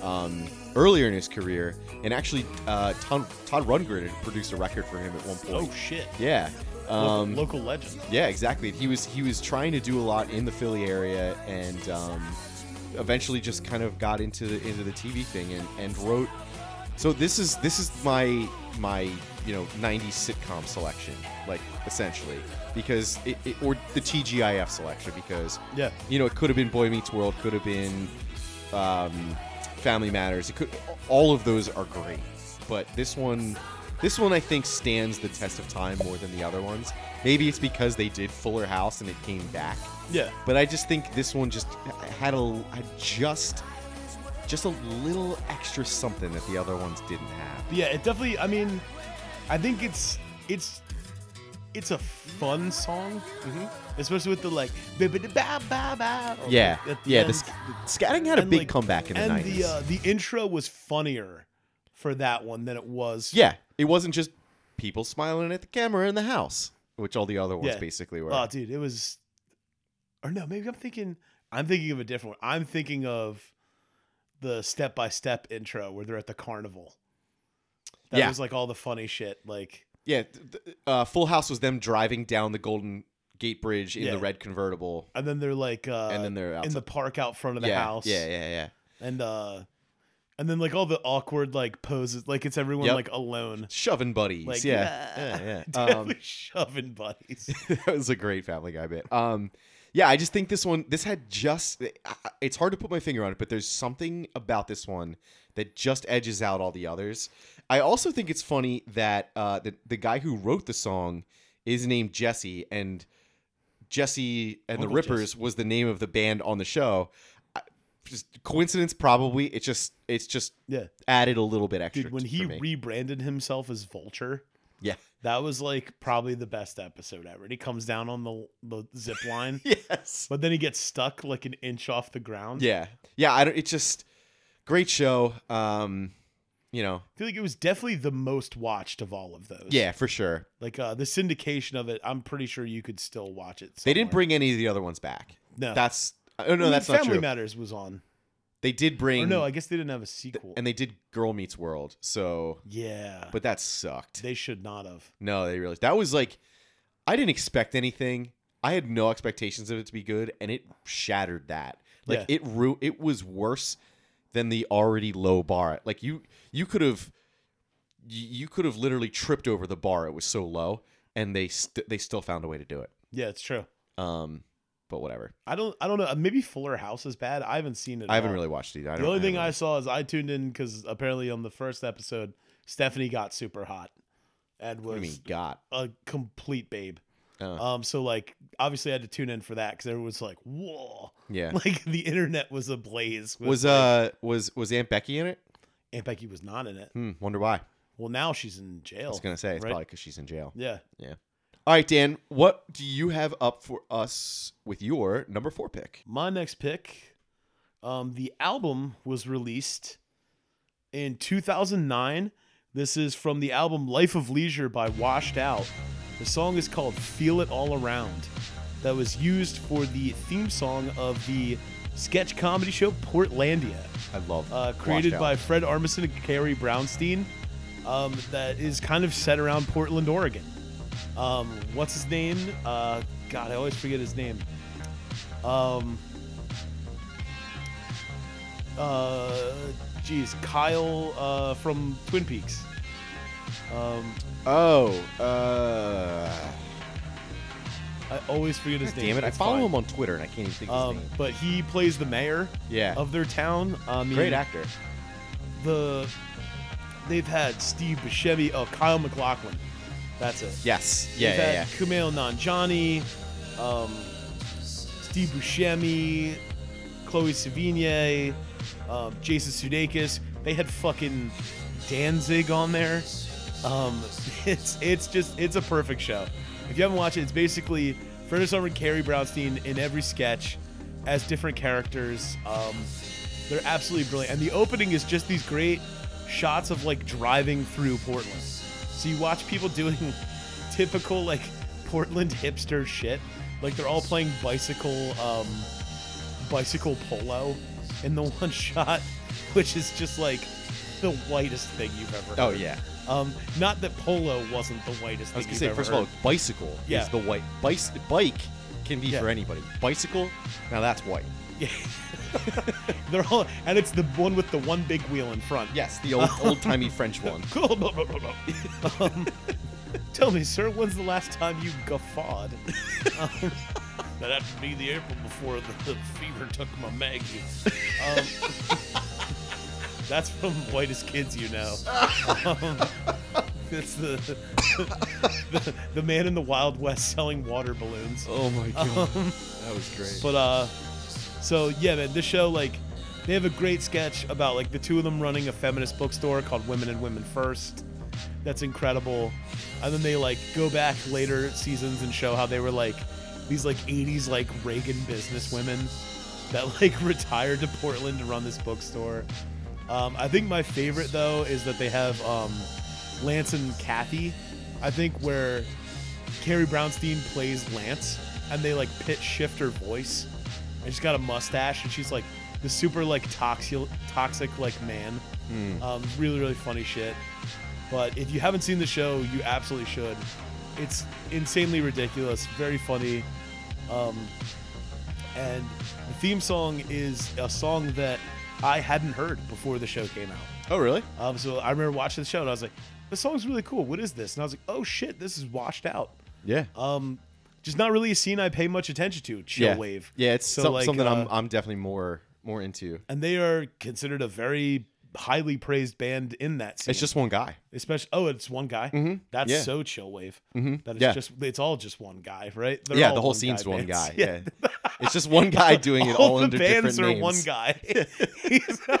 [SPEAKER 1] um, earlier in his career, and actually, uh, Todd, Todd Rundgren had produced a record for him at one
[SPEAKER 2] Oh
[SPEAKER 1] point.
[SPEAKER 2] shit.
[SPEAKER 1] yeah,
[SPEAKER 2] Local,
[SPEAKER 1] um,
[SPEAKER 2] local legend.
[SPEAKER 1] yeah, exactly. He was he was trying to do a lot in the Philly area, and um, eventually just kind of got into the, into the TV thing and, and wrote. So this is this is my my you know '90s sitcom selection, like essentially, because it, it or the TGIF selection because
[SPEAKER 2] Yeah.
[SPEAKER 1] you know it could have been Boy Meets World, could have been um, Family Matters. It could all of those are great, but this one, this one I think stands the test of time more than the other ones. Maybe it's because they did Fuller House and it came back,
[SPEAKER 2] Yeah.
[SPEAKER 1] but I just think this one just had a had just just a little extra something that the other ones didn't have.
[SPEAKER 2] But yeah. It definitely. I mean, I think it's it's it's a fun song,
[SPEAKER 1] Mm-hmm.
[SPEAKER 2] especially with the like ba ba ba ba ba. or,
[SPEAKER 1] Yeah,
[SPEAKER 2] like, at the
[SPEAKER 1] yeah.
[SPEAKER 2] end.
[SPEAKER 1] The, sc- scatting had a
[SPEAKER 2] And,
[SPEAKER 1] big
[SPEAKER 2] like,
[SPEAKER 1] comeback in the
[SPEAKER 2] and
[SPEAKER 1] nineties.
[SPEAKER 2] the uh, the intro was funnier for that one than it was.
[SPEAKER 1] yeah, it wasn't just people smiling at the camera in the house, which all the other ones
[SPEAKER 2] Yeah.
[SPEAKER 1] basically were.
[SPEAKER 2] Oh, dude, it was. Or no, maybe I'm thinking. I'm thinking of a different one. I'm thinking of the step by step intro where they're at the carnival. That
[SPEAKER 1] Yeah.
[SPEAKER 2] was like all the funny shit. Like
[SPEAKER 1] Yeah, th- th- uh, Full House was them driving down the Golden Gate Bridge in the
[SPEAKER 2] Yeah.
[SPEAKER 1] red convertible,
[SPEAKER 2] and then they're like uh
[SPEAKER 1] and then they're outside.
[SPEAKER 2] in the park out front of the
[SPEAKER 1] yeah,
[SPEAKER 2] house.
[SPEAKER 1] Yeah, yeah, yeah.
[SPEAKER 2] And uh and then like all the awkward like poses like it's everyone
[SPEAKER 1] Yep.
[SPEAKER 2] like alone.
[SPEAKER 1] Shoving buddies.
[SPEAKER 2] Like
[SPEAKER 1] yeah, yeah, yeah. Um,
[SPEAKER 2] Definitely shoving buddies.
[SPEAKER 1] that was a great Family Guy bit. Um, yeah, I just think this one, this had just, I- it's hard to put my finger on it, but there's something about this one that just edges out all the others. I also think it's funny that uh, the, the guy who wrote the song is named Jesse, and Jesse and
[SPEAKER 2] Uncle
[SPEAKER 1] the Rippers was the name of the band on the show. I- Just coincidence, probably. It's just, it's just
[SPEAKER 2] yeah.
[SPEAKER 1] added a little bit extra.
[SPEAKER 2] Dude, when
[SPEAKER 1] to-
[SPEAKER 2] he
[SPEAKER 1] for me.
[SPEAKER 2] rebranded himself as Vulture,
[SPEAKER 1] Yeah.
[SPEAKER 2] That was like probably the best episode ever. And he comes down on the the zip line,
[SPEAKER 1] Yes.
[SPEAKER 2] but then he gets stuck like an inch off the ground.
[SPEAKER 1] Yeah. Yeah. I don't. It's just great show. Um, you know.
[SPEAKER 2] I feel like it was definitely the most watched of all of those.
[SPEAKER 1] Yeah, for sure.
[SPEAKER 2] Like uh, the syndication of it, I'm pretty sure you could still watch it.
[SPEAKER 1] They didn't
[SPEAKER 2] somewhere.
[SPEAKER 1] bring any of the other ones back.
[SPEAKER 2] no.
[SPEAKER 1] That's. Oh no,
[SPEAKER 2] Even
[SPEAKER 1] that's not
[SPEAKER 2] Family
[SPEAKER 1] true.
[SPEAKER 2] Matters was on.
[SPEAKER 1] They did
[SPEAKER 2] Or
[SPEAKER 1] bring.
[SPEAKER 2] no, I guess they didn't have a sequel.
[SPEAKER 1] and they did Girl Meets World. So,
[SPEAKER 2] yeah,
[SPEAKER 1] but that sucked.
[SPEAKER 2] they should not have.
[SPEAKER 1] No, they really. That was like, I didn't expect anything. I had no expectations of it to be good, and it shattered that. Like
[SPEAKER 2] Yeah.
[SPEAKER 1] it ru- It was worse than the already low bar. Like you, you could have, you you could have literally tripped over the bar. It was so low, and they st- they still found a way to do it.
[SPEAKER 2] Yeah, it's true.
[SPEAKER 1] Um, but whatever.
[SPEAKER 2] I don't. I don't know. Uh, Maybe Fuller House is bad. I haven't seen it.
[SPEAKER 1] I haven't
[SPEAKER 2] all.
[SPEAKER 1] really watched it. I
[SPEAKER 2] The
[SPEAKER 1] don't-
[SPEAKER 2] only thing I
[SPEAKER 1] haven't
[SPEAKER 2] saw is I tuned in because apparently on the first episode, Stephanie got super hot, and
[SPEAKER 1] really- what do you
[SPEAKER 2] was
[SPEAKER 1] mean got.
[SPEAKER 2] a complete babe.
[SPEAKER 1] Uh.
[SPEAKER 2] Um, so like obviously I had to tune in for that because everyone was like, "Whoa!"
[SPEAKER 1] Yeah.
[SPEAKER 2] Like the internet was ablaze. With,
[SPEAKER 1] Was uh was was Aunt Becky in it?
[SPEAKER 2] Aunt Becky was not in it.
[SPEAKER 1] Hmm, wonder why.
[SPEAKER 2] Well, now she's in jail.
[SPEAKER 1] I was gonna say
[SPEAKER 2] Oh,
[SPEAKER 1] it's
[SPEAKER 2] right?
[SPEAKER 1] probably because she's in jail.
[SPEAKER 2] yeah.
[SPEAKER 1] All right, Dan, what do you have up for us with your number four pick?
[SPEAKER 2] My next pick, um, the album was released in 2009. This is from the album Life of Leisure by Washed Out. The song is called Feel It All Around. That was used for the theme song of the sketch comedy show Portlandia,
[SPEAKER 1] I love
[SPEAKER 2] uh, created by Fred Armisen and Carrie Brownstein. Um, that is kind of set around Portland, Oregon. Um, what's his name? Uh, God, I always forget his name. Um, uh, geez, Kyle uh, from Twin Peaks. Um,
[SPEAKER 1] Oh, uh,
[SPEAKER 2] I always forget his name.
[SPEAKER 1] damn it! I
[SPEAKER 2] It's
[SPEAKER 1] follow
[SPEAKER 2] fine.
[SPEAKER 1] him on Twitter and I can't even think of
[SPEAKER 2] Um,
[SPEAKER 1] his name.
[SPEAKER 2] but he plays the mayor
[SPEAKER 1] Yeah,
[SPEAKER 2] of their town. I mean,
[SPEAKER 1] great actor.
[SPEAKER 2] The they've had Steve Buscemi. Oh, Kyle McLaughlin. That's it.
[SPEAKER 1] Yes, yeah,
[SPEAKER 2] They've
[SPEAKER 1] yeah,
[SPEAKER 2] had
[SPEAKER 1] yeah.
[SPEAKER 2] Kumail Nanjiani, um, Steve Buscemi, Chloe Sevigny, um, Jason Sudeikis. They had fucking Danzig on there. Um, it's it's just it's a perfect show. If you haven't watched it, it's basically Furnace Armor and Carrie Brownstein in every sketch as different characters. Um, they're absolutely brilliant, and the opening is just these great shots of like driving through Portland. So you watch people doing typical like Portland hipster shit. Like they're all playing bicycle um bicycle polo in the one shot, which is just like the whitest thing you've ever heard.
[SPEAKER 1] Oh yeah.
[SPEAKER 2] Um not that polo wasn't the whitest
[SPEAKER 1] I was
[SPEAKER 2] thing
[SPEAKER 1] gonna
[SPEAKER 2] you've
[SPEAKER 1] say
[SPEAKER 2] ever
[SPEAKER 1] first
[SPEAKER 2] heard.
[SPEAKER 1] of all, bicycle
[SPEAKER 2] Yeah.
[SPEAKER 1] is the white bicycle bike can be
[SPEAKER 2] Yeah.
[SPEAKER 1] for anybody. Bicycle, now that's white.
[SPEAKER 2] Yeah. they're all and it's the one with the one big wheel in front.
[SPEAKER 1] Yes, the old old timey French one.
[SPEAKER 2] um, tell me, sir, when's the last time you guffawed? um, That'd have to be the April before the, the fever took my Maggie. Um, that's from Whitest Kids You Know. Um, it's the, the the man in the Wild West selling water balloons.
[SPEAKER 1] Oh my god,
[SPEAKER 2] Um,
[SPEAKER 1] that was great.
[SPEAKER 2] but uh, so yeah, man, this show like they have a great sketch about like the two of them running a feminist bookstore called Women and Women First. That's incredible. And then they like go back later seasons and show how they were like these like 80s like Reagan business women that like retired to Portland to run this bookstore. Um, I think my favorite though is that they have um, Lance and Kathy. I think where Carrie Brownstein plays Lance, and they like pitch shift her voice. And she's got a mustache, and she's like the super like toxic, toxic like man.
[SPEAKER 1] Hmm.
[SPEAKER 2] Um, really, really funny shit. But if you haven't seen the show, you absolutely should. It's insanely ridiculous, very funny. Um, and the theme song is a song that I hadn't heard before the show came out.
[SPEAKER 1] oh really?
[SPEAKER 2] Um, so I remember watching the show and I was like, "This song's really cool. What is this?" And I was like, "Oh shit, this is washed out."
[SPEAKER 1] Yeah.
[SPEAKER 2] Um, just not really a scene I pay much attention to. Chill
[SPEAKER 1] yeah.
[SPEAKER 2] wave.
[SPEAKER 1] Yeah, it's
[SPEAKER 2] So,
[SPEAKER 1] some-
[SPEAKER 2] like,
[SPEAKER 1] something I'm
[SPEAKER 2] uh,
[SPEAKER 1] I'm definitely more more into.
[SPEAKER 2] and they are considered a very highly praised band in that scene.
[SPEAKER 1] It's just one guy.
[SPEAKER 2] especially oh, it's one guy.
[SPEAKER 1] Mhm.
[SPEAKER 2] That's
[SPEAKER 1] Yeah.
[SPEAKER 2] so chill wave.
[SPEAKER 1] Mm-hmm.
[SPEAKER 2] That it's
[SPEAKER 1] yeah.
[SPEAKER 2] just it's all just one guy, right? They're
[SPEAKER 1] yeah,
[SPEAKER 2] all
[SPEAKER 1] the whole
[SPEAKER 2] one-guy
[SPEAKER 1] scene's one
[SPEAKER 2] bands.
[SPEAKER 1] guy. Yeah. it's just one guy doing it all
[SPEAKER 2] the
[SPEAKER 1] under
[SPEAKER 2] bands
[SPEAKER 1] different
[SPEAKER 2] are
[SPEAKER 1] names.
[SPEAKER 2] one guy. He's-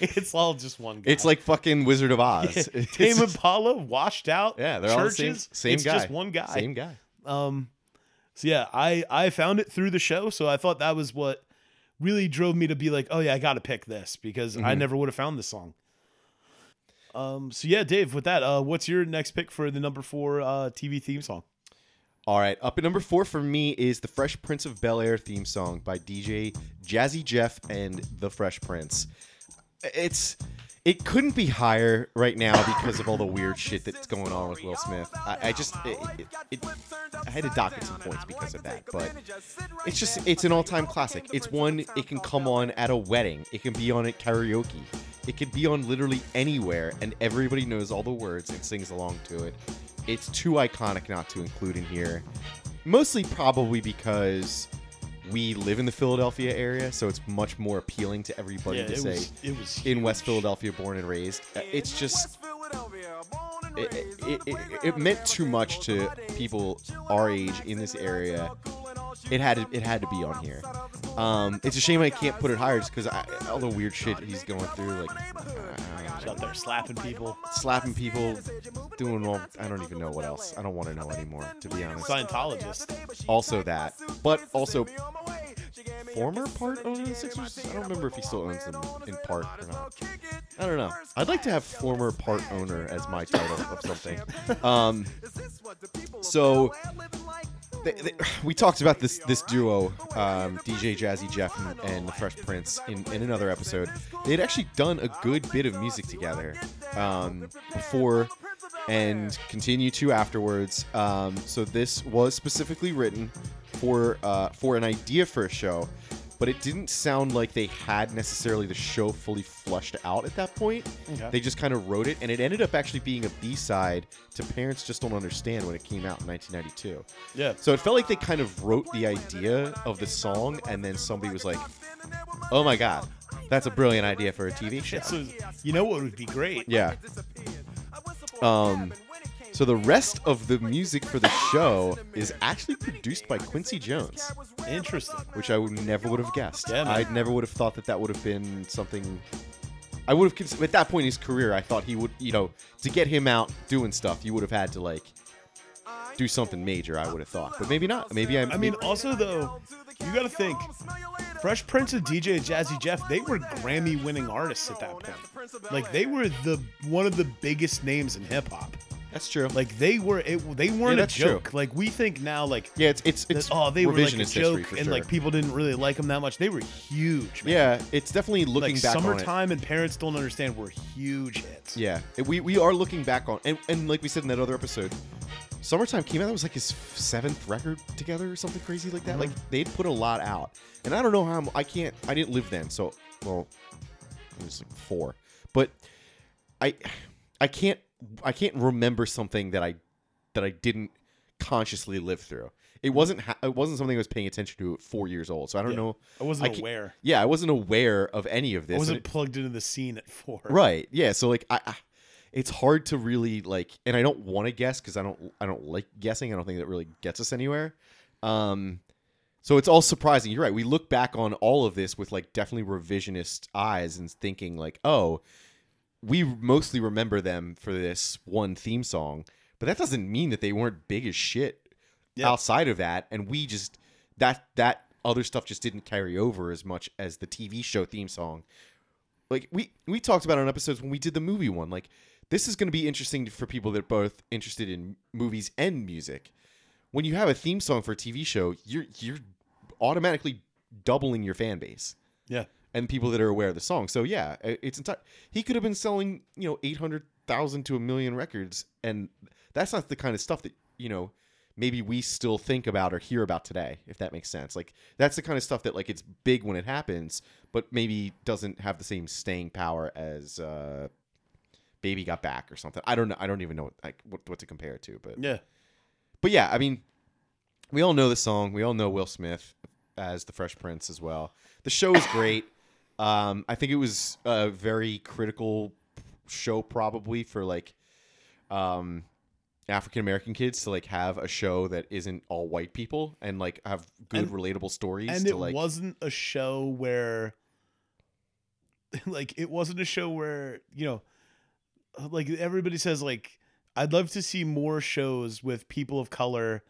[SPEAKER 2] it's all just one guy.
[SPEAKER 1] It's like fucking Wizard of Oz. It's
[SPEAKER 2] Tame
[SPEAKER 1] just-
[SPEAKER 2] Impala, washed out.
[SPEAKER 1] yeah, they're all the same,
[SPEAKER 2] churches.
[SPEAKER 1] same
[SPEAKER 2] it's
[SPEAKER 1] guy.
[SPEAKER 2] just one guy.
[SPEAKER 1] Same guy.
[SPEAKER 2] Um, so yeah, I I found it through the show, so I thought that was what really drove me to be like, oh yeah, I got to pick this because I
[SPEAKER 1] Mhm.
[SPEAKER 2] never would have found this song. Um, so yeah, Dave, with that, uh, what's your next pick for the number four uh, TV theme song?
[SPEAKER 1] All right, up at number four for me is the Fresh Prince of Bel Air theme song by DJ Jazzy Jeff and the Fresh Prince. It's it couldn't be higher right now because of all the weird shit that's going on with Will Smith. I, I just it, it, it, I had to dock it some points because of that, but it's just it's an all-time classic. It's one it can come on at a wedding. It can be on at karaoke. It can be on literally anywhere and everybody knows all the words and sings along to it. It's too iconic not to include in here. Mostly probably because we live in the Philadelphia area, so it's much more appealing to everybody
[SPEAKER 2] yeah,
[SPEAKER 1] to
[SPEAKER 2] it
[SPEAKER 1] say
[SPEAKER 2] was it was
[SPEAKER 1] in West
[SPEAKER 2] huge.
[SPEAKER 1] Philadelphia born and raised. Uh, It's just
[SPEAKER 3] it, it, it, it meant too much to people our age in this area. It had to, it had to be on here.
[SPEAKER 1] Um, it's a shame I can't put it higher just because all the weird shit he's going through, like uh,
[SPEAKER 2] He's out there slapping people.
[SPEAKER 1] slapping people, doing all. I don't even know what else. I don't want to know anymore, to be honest.
[SPEAKER 2] Scientologist.
[SPEAKER 1] Also that, but also former part owner of the Sixers. I don't remember if he still owns them in part or not. I don't know. I'd like to have former part owner as my title of something. Um, so they, they, we talked about this this duo, um, DJ Jazzy Jeff and, and the Fresh Prince, in, in another episode. They had actually done a good bit of music together um, before and continue to afterwards. Um, so this was specifically written for uh, for an idea for a show, but it didn't sound like they had necessarily the show fully flushed out at that point.
[SPEAKER 2] Okay.
[SPEAKER 1] They just kind of wrote it, and it ended up actually being a B side to Parents Just Don't Understand when it came out in 1992.
[SPEAKER 2] Yeah.
[SPEAKER 1] So it felt like they kind of wrote the idea of the song, and then somebody was like, "Oh my god, that's a brilliant idea for a TV show."
[SPEAKER 2] So you know what would be great?
[SPEAKER 1] Yeah. Um, so the rest of the music for the show is actually produced by Quincy Jones,
[SPEAKER 2] Interesting.
[SPEAKER 1] which I would never would have guessed.
[SPEAKER 2] Yeah, man.
[SPEAKER 1] I never would have thought that that would have been something. I would have cons- at that point in his career, I thought he would, you know, to get him out doing stuff, you would have had to like do something major. I would have thought, but maybe not. Maybe I.
[SPEAKER 2] I mean, also though, you got to think. Fresh Prince and DJ Jazzy Jeff, they were Grammy-winning artists at that point. Like they were the one of the biggest names in hip hop.
[SPEAKER 1] that's true. Like,
[SPEAKER 2] Like they were, it, they weren't a
[SPEAKER 1] that's true.
[SPEAKER 2] joke. Like we think now, like
[SPEAKER 1] yeah, it's it's
[SPEAKER 2] that,
[SPEAKER 1] it's
[SPEAKER 2] oh, they were like a
[SPEAKER 1] revisionist history
[SPEAKER 2] joke,
[SPEAKER 1] for
[SPEAKER 2] and
[SPEAKER 1] sure.
[SPEAKER 2] like people didn't really like them that much. They were huge, man.
[SPEAKER 1] yeah, it's definitely looking
[SPEAKER 2] like
[SPEAKER 1] back on it.
[SPEAKER 2] summertime and parents don't understand were huge hits.
[SPEAKER 1] Yeah, it- we we are looking back on, and, and like we said in that other episode, summertime came out. That was like his seventh record together or something crazy like that.
[SPEAKER 2] Mm-hmm.
[SPEAKER 1] Like they'd put a lot out, and I don't know how I'm, I can't. I didn't live then, so well, it was four, but I I can't I can't remember something that I that I didn't consciously live through. It wasn't ha- it wasn't something I was paying attention to at four years old, so I don't
[SPEAKER 2] Mm-hmm. Yeah.
[SPEAKER 1] know.
[SPEAKER 2] I wasn't
[SPEAKER 1] can't-
[SPEAKER 2] aware.
[SPEAKER 1] Yeah, I wasn't aware of any of this.
[SPEAKER 2] I
[SPEAKER 1] and
[SPEAKER 2] wasn't
[SPEAKER 1] it-
[SPEAKER 2] plugged into the scene at four.
[SPEAKER 1] Right. Yeah. So like I, I it's hard to really like, and I don't want to guess because I don't I don't like guessing. I don't think that really gets us anywhere. Um, so it's all surprising. You're right. We look back on all of this with like definitely revisionist eyes and thinking like, oh, we mostly remember them for this one theme song, but that doesn't mean that they weren't big as shit
[SPEAKER 2] Yeah.
[SPEAKER 1] outside of that. And we just that that other stuff just didn't carry over as much as the TV show theme song. Like we we talked about on episodes when we did the movie one. Like this is going to be interesting for people that are both interested in movies and music. When you have a theme song for a TV show, you're you're automatically doubling your fan base
[SPEAKER 2] Yeah.
[SPEAKER 1] and people that are aware of the song. So yeah, i- it's entire. He could have been selling you know eight hundred thousand to a million records, and that's not the kind of stuff that you know maybe we still think about or hear about today, if that makes sense. Like that's the kind of stuff that like it's big when it happens, but maybe doesn't have the same staying power as uh, Baby Got Back or something. I don't know. I don't even know what, like what, what to compare it to, but
[SPEAKER 2] Yeah.
[SPEAKER 1] but yeah, I mean, we all know the song. We all know Will Smith as the Fresh Prince as well. The show is great. Um, I think it was a very critical show, probably for like um, African American kids to like have a show that isn't all white people and like have good
[SPEAKER 2] And-
[SPEAKER 1] relatable stories.
[SPEAKER 2] and
[SPEAKER 1] to,
[SPEAKER 2] it
[SPEAKER 1] like,
[SPEAKER 2] wasn't a show where like it wasn't a show where you know like everybody says like i'd love to see more shows with people of color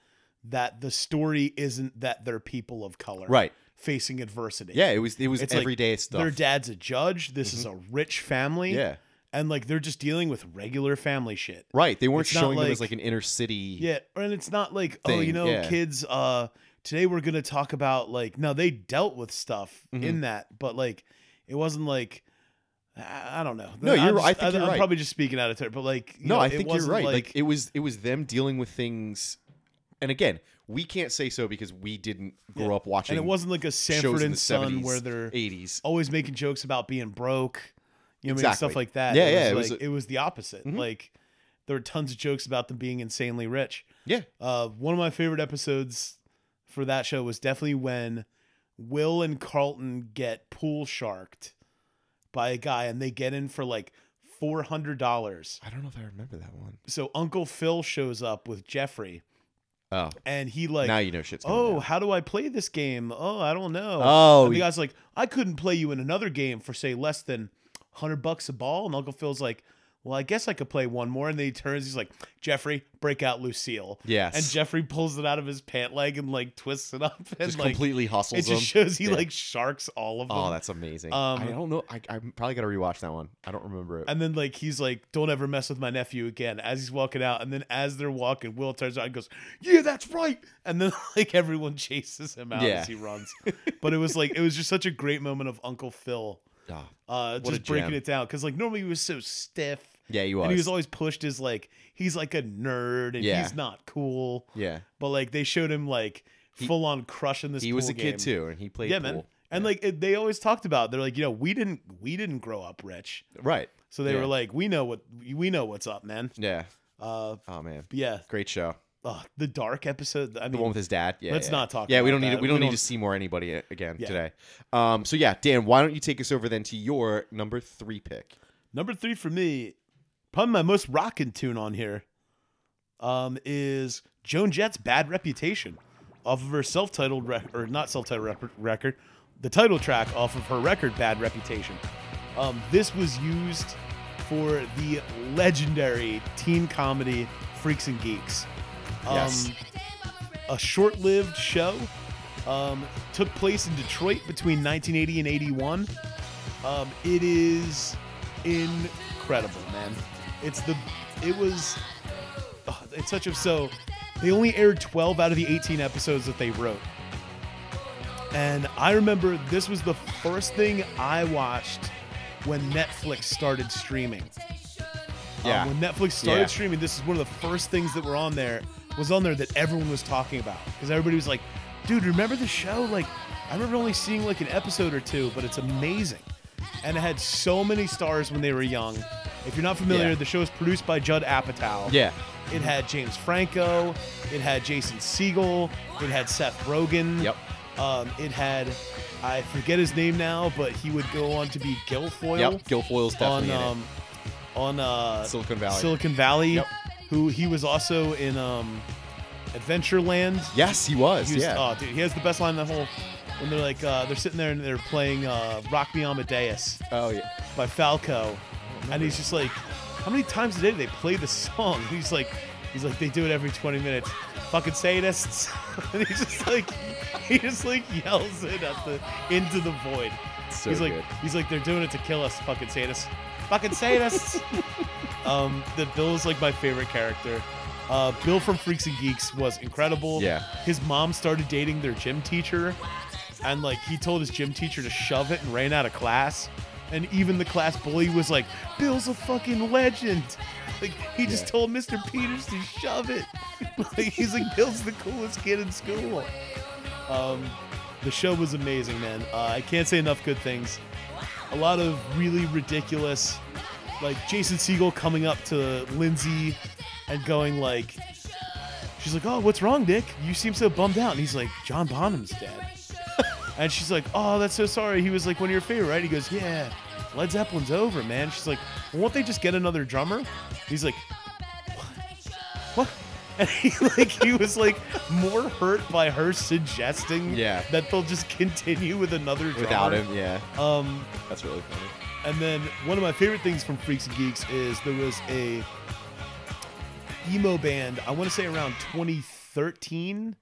[SPEAKER 2] that the story isn't that they're people of color
[SPEAKER 1] Right.
[SPEAKER 2] facing adversity
[SPEAKER 1] Yeah, it was it was
[SPEAKER 2] It's like
[SPEAKER 1] everyday stuff. Mm-hmm.
[SPEAKER 2] their dad's a judge this is a rich family
[SPEAKER 1] Yeah.
[SPEAKER 2] and like they're just dealing with regular family shit
[SPEAKER 1] Right. They weren't
[SPEAKER 2] It's not
[SPEAKER 1] showing them as
[SPEAKER 2] like-
[SPEAKER 1] like an inner city.
[SPEAKER 2] yeah and it's not like oh you
[SPEAKER 1] Thing,
[SPEAKER 2] know
[SPEAKER 1] yeah.
[SPEAKER 2] kids uh today we're gonna talk about like no they dealt with stuff
[SPEAKER 1] Mm-hmm.
[SPEAKER 2] in that but like it wasn't like I I don't know.
[SPEAKER 1] No,
[SPEAKER 2] I'm
[SPEAKER 1] you're-
[SPEAKER 2] just-
[SPEAKER 1] I think
[SPEAKER 2] I'm
[SPEAKER 1] you're right.
[SPEAKER 2] probably just speaking out of turn, but like, you
[SPEAKER 1] No,
[SPEAKER 2] know,
[SPEAKER 1] I
[SPEAKER 2] it
[SPEAKER 1] think you're
[SPEAKER 2] wasn't,
[SPEAKER 1] right. Like, it was it was them dealing with things and again, we can't say so because we didn't grow up watching
[SPEAKER 2] and it wasn't like a
[SPEAKER 1] shows
[SPEAKER 2] Sanford
[SPEAKER 1] in
[SPEAKER 2] and
[SPEAKER 1] the
[SPEAKER 2] Son
[SPEAKER 1] 70s,
[SPEAKER 2] where they're
[SPEAKER 1] 80s.
[SPEAKER 2] always making jokes about being broke, you know, what I mean, stuff
[SPEAKER 1] Exactly.
[SPEAKER 2] like that.
[SPEAKER 1] Yeah,
[SPEAKER 2] it
[SPEAKER 1] yeah,
[SPEAKER 2] Was
[SPEAKER 1] it was
[SPEAKER 2] like,
[SPEAKER 1] a- Mm-hmm.
[SPEAKER 2] it was the opposite. Like there were tons of jokes about them being insanely rich.
[SPEAKER 1] Yeah.
[SPEAKER 2] Uh, one of my favorite episodes for that show was definitely when Will and Carlton get pool sharked by a guy, and they get in for like four hundred dollars.
[SPEAKER 1] I don't know if I remember that one.
[SPEAKER 2] So Uncle Phil shows up with Jeffrey,
[SPEAKER 1] Oh.
[SPEAKER 2] and he like
[SPEAKER 1] now you know shit's going
[SPEAKER 2] Oh,
[SPEAKER 1] down.
[SPEAKER 2] how do I play this game? Oh, I don't know.
[SPEAKER 1] Oh,
[SPEAKER 2] and the
[SPEAKER 1] y-
[SPEAKER 2] guy's like, I couldn't play you in another game for say less than hundred bucks a ball. And Uncle Phil's like, Well, I guess I could play one more. And then he turns, he's like, Jeffrey, break out Lucille.
[SPEAKER 1] Yes.
[SPEAKER 2] And Jeffrey pulls it out of his pant leg and like twists it up and
[SPEAKER 1] just
[SPEAKER 2] like
[SPEAKER 1] completely
[SPEAKER 2] it
[SPEAKER 1] hustles
[SPEAKER 2] just
[SPEAKER 1] them.
[SPEAKER 2] shows he
[SPEAKER 1] Yeah.
[SPEAKER 2] like sharks all of them.
[SPEAKER 1] Oh, that's amazing.
[SPEAKER 2] Um,
[SPEAKER 1] I don't know. I, I probably got to rewatch that one. I don't remember it.
[SPEAKER 2] and then like he's like, "Don't ever mess with my nephew again." As he's walking out, and then as they're walking, Will turns around and goes, "Yeah, that's right!" And then like everyone chases him out
[SPEAKER 1] Yeah.
[SPEAKER 2] as he runs. but it was like it was just such a great moment of Uncle Phil,
[SPEAKER 1] Ah,
[SPEAKER 2] uh,
[SPEAKER 1] What a
[SPEAKER 2] just breaking
[SPEAKER 1] gem.
[SPEAKER 2] it down because like normally he was so stiff,
[SPEAKER 1] yeah, you
[SPEAKER 2] and
[SPEAKER 1] was.
[SPEAKER 2] he was always pushed as like he's like a nerd and
[SPEAKER 1] Yeah.
[SPEAKER 2] he's not cool.
[SPEAKER 1] yeah,
[SPEAKER 2] But like they showed him like full on crushing this.
[SPEAKER 1] he was
[SPEAKER 2] pool
[SPEAKER 1] a
[SPEAKER 2] game.
[SPEAKER 1] kid too, and he played
[SPEAKER 2] Yeah,
[SPEAKER 1] pool.
[SPEAKER 2] man. And like it, they always talked about, they're like, you know, we didn't we didn't grow up rich.
[SPEAKER 1] Right.
[SPEAKER 2] So they
[SPEAKER 1] Yeah.
[SPEAKER 2] were like, "We know what we know what's up, man."
[SPEAKER 1] Yeah.
[SPEAKER 2] Uh,
[SPEAKER 1] Oh man,
[SPEAKER 2] yeah,
[SPEAKER 1] great show.
[SPEAKER 2] Ugh, the dark episode. I mean,
[SPEAKER 1] The one with his dad. Yeah.
[SPEAKER 2] let's
[SPEAKER 1] yeah.
[SPEAKER 2] not talk
[SPEAKER 1] Yeah, we
[SPEAKER 2] about
[SPEAKER 1] don't need.
[SPEAKER 2] that.
[SPEAKER 1] We don't
[SPEAKER 2] We
[SPEAKER 1] need
[SPEAKER 2] don't-
[SPEAKER 1] to see more anybody a- again
[SPEAKER 2] Yeah.
[SPEAKER 1] today. Um. So yeah, Dan, why don't you take us over then to your number three pick?
[SPEAKER 2] number three for me, probably my most rocking tune on here, um, is Joan Jett's "Bad Reputation," off of her self-titled rec- or not self-titled rec- record, the title track off of her record "Bad Reputation." Um, this was used for the legendary teen comedy Freaks and Geeks. Um,
[SPEAKER 1] Yes.
[SPEAKER 2] a short-lived show. Um, took place in Detroit between 1980 and 81. Um, it is incredible, man. It's the it was oh, it's such a so they only aired 12 out of the 18 episodes that they wrote. And I remember this was the first thing I watched when Netflix started streaming. Um,
[SPEAKER 1] Yeah.
[SPEAKER 2] when Netflix started
[SPEAKER 1] Yeah.
[SPEAKER 2] streaming, this is one of the first things that were on there was on there that everyone was talking about because everybody was like, "Dude, remember the show? Like, I remember only seeing like an episode or two, but it's amazing." And it had so many stars when they were young. If you're not familiar,
[SPEAKER 1] Yeah.
[SPEAKER 2] the show is produced by Judd Apatow.
[SPEAKER 1] Yeah.
[SPEAKER 2] It had James Franco. It had Jason Segel. It had Seth Rogen.
[SPEAKER 1] Yep.
[SPEAKER 2] Um, it had, I forget his name now, but he would go on to be Guilfoyle
[SPEAKER 1] Yep. Guilfoyle's
[SPEAKER 2] on
[SPEAKER 1] definitely in it.
[SPEAKER 2] um, on uh,
[SPEAKER 1] Silicon Valley.
[SPEAKER 2] Silicon Valley,
[SPEAKER 1] Yep.
[SPEAKER 2] who he was also in um, Adventureland.
[SPEAKER 1] Yes, he was.
[SPEAKER 2] He was-
[SPEAKER 1] yeah.
[SPEAKER 2] Oh, dude, he has the best line in the whole. When they're like, uh, they're sitting there and they're playing uh, "Rock Me Amadeus"
[SPEAKER 1] oh yeah.
[SPEAKER 2] by
[SPEAKER 1] Oh,
[SPEAKER 2] Falco, and he's just like, "How many times a day do they play this song?" He's like, "He's like, they do it every 20 minutes." Fucking sadists, and he's just like, he just like yells it at the into the void.
[SPEAKER 1] So
[SPEAKER 2] he's like,
[SPEAKER 1] good.
[SPEAKER 2] he's like, they're doing it to kill us, fucking sadists, fucking sadists. um, the Bill is like my favorite character. Uh, Bill from Freaks and Geeks was incredible.
[SPEAKER 1] Yeah.
[SPEAKER 2] his mom started dating their gym teacher, and like he told his gym teacher to shove it and ran out of class. And even the class bully was like, "Bill's a fucking legend." Like he just
[SPEAKER 1] Yeah.
[SPEAKER 2] told Mr. Peters to shove it. Like he's like, "Bill's the coolest kid in school." Um, the show was amazing, man. Uh, I can't say enough good things. A lot of really ridiculous, like Jason Siegel coming up to Lindsay and going like, she's like, "Oh, what's wrong, Nick? You seem so bummed out." And he's like, "John Bonham's dead." and she's like, "Oh, that's so sorry. He was like one of your favorite, right?" He goes, "Yeah, Led Zeppelin's over, man." She's like, well, "Won't they just get another drummer?" He's like, "What?" And he like he was like more hurt by her suggesting
[SPEAKER 1] Yeah.
[SPEAKER 2] that they'll just continue with another drummer.
[SPEAKER 1] Without him, yeah.
[SPEAKER 2] Um,
[SPEAKER 1] That's really funny.
[SPEAKER 2] And then one of my favorite things from Freaks and Geeks is there was a emo band, I want to say around 2013,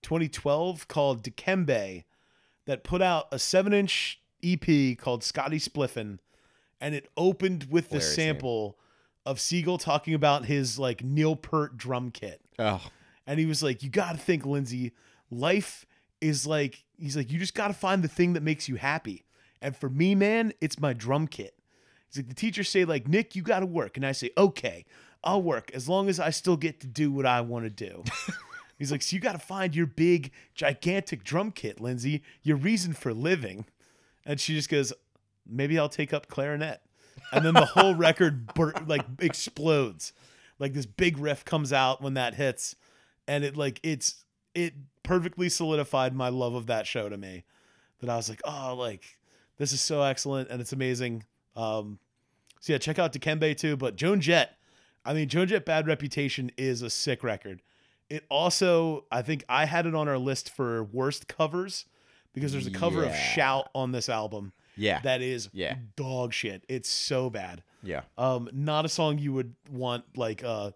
[SPEAKER 2] 2012, called Dikembe that put out a seven inch EP called Scotty Spliffin. And it opened with the
[SPEAKER 1] Hilarious name.
[SPEAKER 2] sample of Siegel talking about his like Neil Peart drum kit.
[SPEAKER 1] Oh,
[SPEAKER 2] And he was like, You got to think, Lindsay, life is like, he's like, You just got to find the thing that makes you happy. And for me, man, it's my drum kit. He's like, The teachers say, like, Nick, you got to work. And I say, Okay, I'll work as long as I still get to do what I want to do. he's like, So you got to find your big, gigantic drum kit, Lindsay, your reason for living. And she just goes, Maybe I'll take up clarinet. And then the whole record bur- like explodes. Like this big riff comes out when that hits and it like it's it perfectly solidified my love of that show to me that i was like oh like this is so excellent and it's amazing um so yeah check out dikembe too but joan jett i mean joan jett bad reputation is a sick record it also i think i had it on our list for worst covers because there's a cover of
[SPEAKER 1] Yeah.
[SPEAKER 2] shout on this album
[SPEAKER 1] yeah,
[SPEAKER 2] that is
[SPEAKER 1] Yeah.
[SPEAKER 2] dog shit it's so bad
[SPEAKER 1] yeah.
[SPEAKER 2] um not a song you would want like a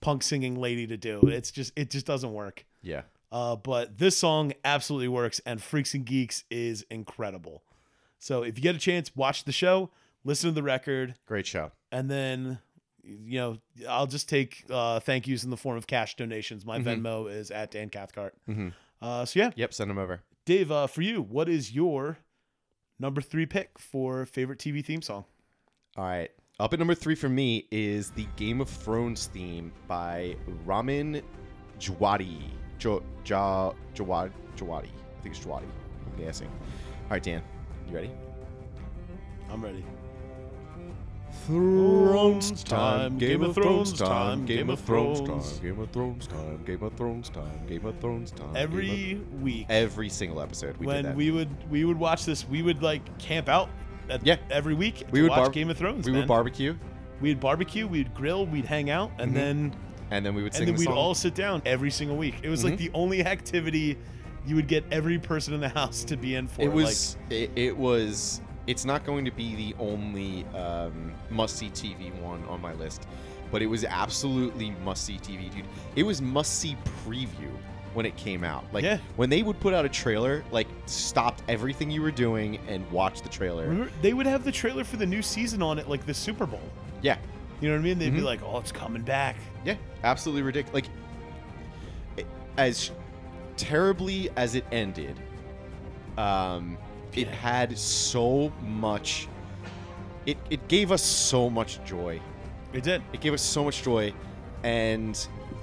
[SPEAKER 2] punk singing lady to do it's just it just doesn't work
[SPEAKER 1] Yeah.
[SPEAKER 2] uh but this song absolutely works and freaks and geeks is incredible so if you get a chance watch the show listen to the record
[SPEAKER 1] Great show.
[SPEAKER 2] and then you know i'll just take uh thank yous in the form of cash donations my venmo is at dan cathcart
[SPEAKER 1] Mhm.
[SPEAKER 2] uh so yeah
[SPEAKER 1] Yep, send them over.
[SPEAKER 2] dave uh for you what is your number three pick for favorite tv theme song
[SPEAKER 1] All right. Up at number three for me is the Game of Thrones theme by Ramin Djawadi. Jo- ja- Jawad- Jawadi. I think it's Jawadi. I'm guessing. All right, Dan. You ready?
[SPEAKER 2] i'm ready
[SPEAKER 1] Thrones
[SPEAKER 2] time, Game of Thrones time, Game of Thrones.
[SPEAKER 1] Game of Thrones time, Game of Thrones time, Game of Thrones time. Game of-
[SPEAKER 2] every week
[SPEAKER 1] every single episode we did
[SPEAKER 2] when
[SPEAKER 1] that.
[SPEAKER 2] we would we would watch this, we would like camp out at,
[SPEAKER 1] Yeah.
[SPEAKER 2] every week.
[SPEAKER 1] We
[SPEAKER 2] to
[SPEAKER 1] would
[SPEAKER 2] watch
[SPEAKER 1] barb-
[SPEAKER 2] Game of Thrones.
[SPEAKER 1] we
[SPEAKER 2] man.
[SPEAKER 1] would barbecue
[SPEAKER 2] we'd barbecue, we'd grill, we'd hang out, and then
[SPEAKER 1] and then we
[SPEAKER 2] and
[SPEAKER 1] would Mm-hmm. sing
[SPEAKER 2] then
[SPEAKER 1] the
[SPEAKER 2] we'd
[SPEAKER 1] song. Mm-hmm.
[SPEAKER 2] all sit down every single week. It was like the only activity you would get every person in the house to be in for.
[SPEAKER 1] it was it, it was it's not going to be the only um, must see tv one on my list but it was absolutely must see tv dude it was must see preview when it came out like
[SPEAKER 2] Yeah.
[SPEAKER 1] when they would put out a trailer like stopped everything you were doing and watched the trailer
[SPEAKER 2] like, remember, they would have the trailer for the new season on it, like the Super Bowl.
[SPEAKER 1] yeah
[SPEAKER 2] You know what I mean? They'd
[SPEAKER 1] Mm-hmm.
[SPEAKER 2] be like, "Oh, it's coming back."
[SPEAKER 1] yeah absolutely ridiculous like it- as terribly as it ended um it
[SPEAKER 2] Yeah.
[SPEAKER 1] had so much it, it gave us so much joy
[SPEAKER 2] It did.
[SPEAKER 1] It gave us so much joy, and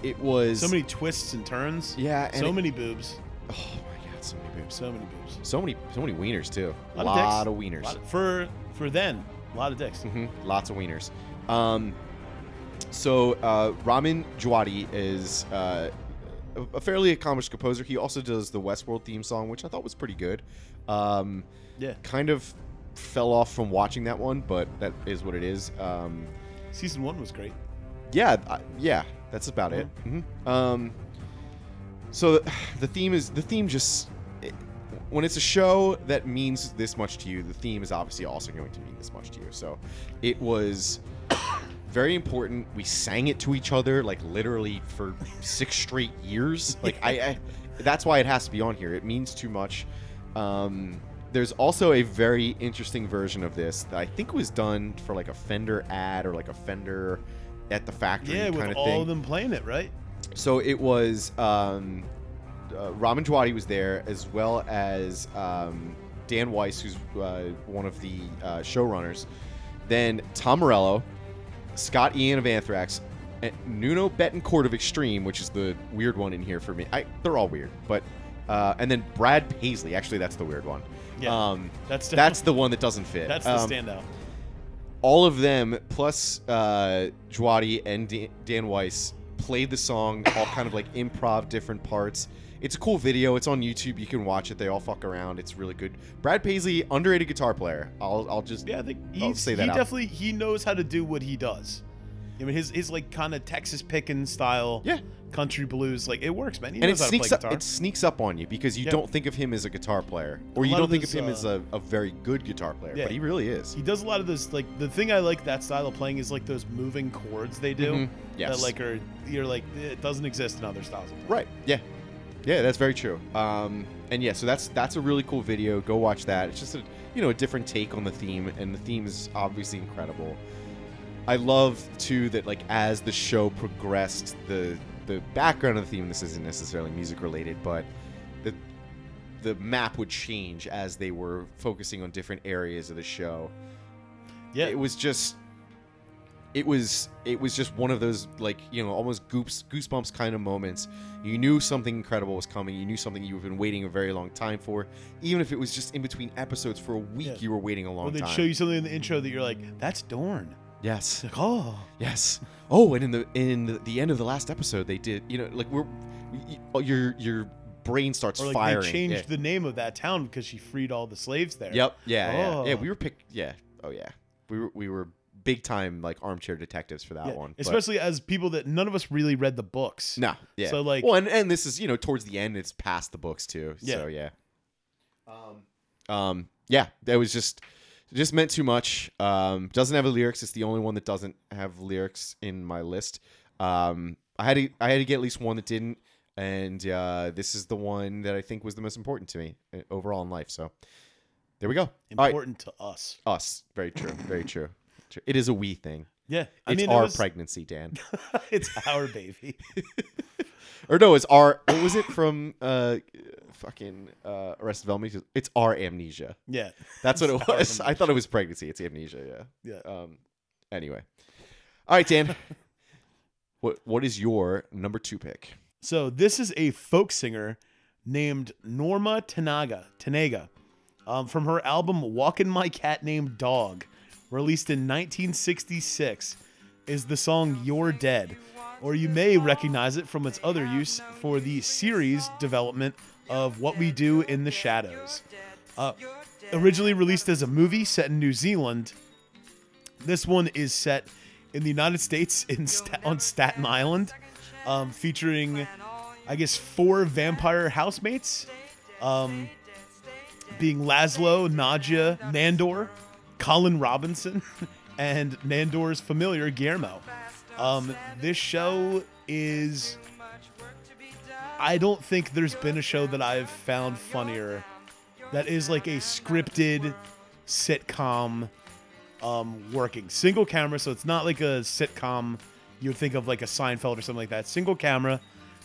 [SPEAKER 1] it was
[SPEAKER 2] So many twists and turns.
[SPEAKER 1] Yeah, and
[SPEAKER 2] So
[SPEAKER 1] it-
[SPEAKER 2] many boobs.
[SPEAKER 1] Oh my god, so many boobs,
[SPEAKER 2] So many boobs.
[SPEAKER 1] so many, so many wieners too.
[SPEAKER 2] A
[SPEAKER 1] A
[SPEAKER 2] lot of
[SPEAKER 1] lot
[SPEAKER 2] dicks.
[SPEAKER 1] of, wieners,
[SPEAKER 2] Lot- for for then, a lot of dicks.
[SPEAKER 1] hmm lots of wieners. Um, so uh, Ramin Djawadi is uh, a- a fairly accomplished composer. He also does the Westworld theme song, which I thought was pretty good. Um,
[SPEAKER 2] Yeah.
[SPEAKER 1] kind of fell off from watching that one, but that is what it is. Um,
[SPEAKER 2] Season one was great.
[SPEAKER 1] yeah, I, yeah, that's about it. hmm Um, so the, the theme is the theme just it, when it's a show that means this much to you, the theme is obviously also going to mean this much to you. So it was very important. We sang it to each other like literally for six straight years. Like I, I that's why it has to be on here. It means too much. Um, there's also a very interesting version of this that I think was done for like a Fender ad or like a Fender at the factory
[SPEAKER 2] Yeah,
[SPEAKER 1] kind
[SPEAKER 2] with
[SPEAKER 1] of
[SPEAKER 2] all
[SPEAKER 1] thing.
[SPEAKER 2] of them playing it, right?
[SPEAKER 1] So it was um, uh, Ramin Djawadi was there as well as um, Dan Weiss, who's uh, one of the uh, showrunners. Then Tom Morello, Scott Ian of Anthrax, and Nuno Betancourt of Extreme, which is the weird one in here for me. I, they're all weird, but uh, and then Brad Paisley. Actually, that's the weird one.
[SPEAKER 2] Yeah.
[SPEAKER 1] Um,
[SPEAKER 2] That's the,
[SPEAKER 1] that's the one that doesn't fit.
[SPEAKER 2] that's the
[SPEAKER 1] Um,
[SPEAKER 2] standout.
[SPEAKER 1] all of them plus uh Jwadi and Dan- Dan Weiss played the song all kind of like improv different parts. It's a cool video. It's on YouTube. You can watch it. They all fuck around. It's really good. Brad Paisley, underrated guitar player. I'll I'll just
[SPEAKER 2] Yeah, I think
[SPEAKER 1] I'll
[SPEAKER 2] he's,
[SPEAKER 1] say that
[SPEAKER 2] he
[SPEAKER 1] out.
[SPEAKER 2] definitely he knows how to do what he does. I mean, his his like kind of Texas pickin' style
[SPEAKER 1] Yeah.
[SPEAKER 2] country blues. Like it works, man. He
[SPEAKER 1] and it
[SPEAKER 2] knows how to play
[SPEAKER 1] sneaks up,
[SPEAKER 2] guitar.
[SPEAKER 1] it sneaks up on you because you
[SPEAKER 2] Yeah.
[SPEAKER 1] don't think of him as a guitar player, or
[SPEAKER 2] A
[SPEAKER 1] you
[SPEAKER 2] lot
[SPEAKER 1] don't
[SPEAKER 2] of
[SPEAKER 1] think
[SPEAKER 2] this,
[SPEAKER 1] of him
[SPEAKER 2] uh,
[SPEAKER 1] as a, a very good guitar player,
[SPEAKER 2] Yeah.
[SPEAKER 1] but he really is.
[SPEAKER 2] He does a lot of those like the thing I like that style of playing is like those moving chords they do.
[SPEAKER 1] Mhm. Yes.
[SPEAKER 2] That like are you're like it doesn't exist in other styles of playing.
[SPEAKER 1] Right. Yeah. Yeah, that's very true. Um, and yeah, so that's that's a really cool video. Go watch that. It's just a you know a different take on the theme, and the theme is obviously incredible. I love too that like as the show progressed, the the background of the theme. This isn't necessarily music related, but the the map would change as they were focusing on different areas of the show
[SPEAKER 2] Yeah.
[SPEAKER 1] it was just it was it was just one of those like you know almost goops, goosebumps kind of moments you knew something incredible was coming you knew something you've been waiting a very long time for even if it was just in between episodes for a week
[SPEAKER 2] Yeah.
[SPEAKER 1] you were waiting a long
[SPEAKER 2] or they'd
[SPEAKER 1] time
[SPEAKER 2] show you something in the intro that you're like, that's Dorn.
[SPEAKER 1] yes
[SPEAKER 2] It's like, oh,
[SPEAKER 1] yes oh and in the in the, the end of the last episode they did you know like we're y- y- your your brain starts
[SPEAKER 2] or like
[SPEAKER 1] firing
[SPEAKER 2] they changed
[SPEAKER 1] yeah.
[SPEAKER 2] the name of that town because she freed all the slaves there.
[SPEAKER 1] Yep. Yeah.
[SPEAKER 2] Oh.
[SPEAKER 1] Yeah. Yeah. We were pick. Yeah. Oh yeah. We were we were big time like armchair detectives for that
[SPEAKER 2] Yeah,
[SPEAKER 1] one. but-
[SPEAKER 2] Especially as people that none of us really read the books.
[SPEAKER 1] No. Yeah.
[SPEAKER 2] So, like-
[SPEAKER 1] well, and, and this is you know towards the end, it's past the books too. So yeah. Um, um, yeah, that was just just meant too much. Um, doesn't have lyrics. It's the only one that doesn't have lyrics in my list. Um, I had to I had to get at least one that didn't, and uh, this is the one that I think was the most important to me uh, overall in life. So there we go. All right,
[SPEAKER 2] Important to us.
[SPEAKER 1] us. Very true. Very true. True. It is a we thing.
[SPEAKER 2] Yeah.
[SPEAKER 1] It's
[SPEAKER 2] I mean, it
[SPEAKER 1] our
[SPEAKER 2] was-
[SPEAKER 1] pregnancy, Dan.
[SPEAKER 2] it's our baby.
[SPEAKER 1] Or no, it's our. What was it from? Uh, fucking uh, Arrested Development. It's our amnesia.
[SPEAKER 2] Yeah.
[SPEAKER 1] That's what
[SPEAKER 2] It's
[SPEAKER 1] it
[SPEAKER 2] our
[SPEAKER 1] was. I thought it was pregnancy. It's amnesia.
[SPEAKER 2] Yeah.
[SPEAKER 1] Yeah. Um. Anyway. All right, Dan. what What is your number two pick?
[SPEAKER 2] So this is a folk singer named Norma Tanaga Tanaga um, from her album "Walking My Cat Named Dog," released in 1966, is the song "You're Dead," or you may recognize it from its other use for the series development of "What We Do in the Shadows." Uh, originally released as a movie set in New Zealand, this one is set in the United States in Sta- on Staten Island, um, featuring, I guess, four vampire housemates, um, being Laszlo, Nadja, Nandor, Colin Robinson, and Nandor's familiar Guillermo. Um, this show is. I don't think there's been a show that I've found funnier that is like a scripted sitcom um, working single camera so it's not like a sitcom you would think of like a seinfeld or something like that single camera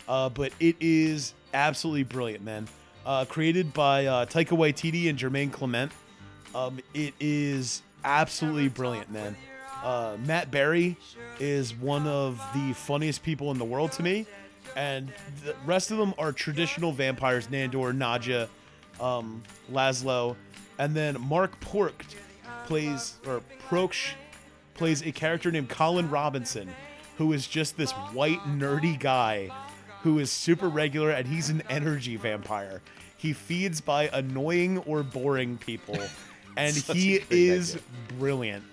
[SPEAKER 2] uh, but it is absolutely brilliant man uh, created by uh, taika waititi and jermaine clement um, it is absolutely brilliant man uh, matt berry is one of the funniest people in the world to me and the rest of them are traditional vampires nandor nadja um, laszlo and then mark pork plays or Proksh plays a character named Colin Robinson, who is just this white nerdy guy who is super regular and he's an energy vampire. He feeds by annoying or boring people, and
[SPEAKER 1] Such
[SPEAKER 2] he
[SPEAKER 1] a great
[SPEAKER 2] is
[SPEAKER 1] idea.
[SPEAKER 2] brilliant.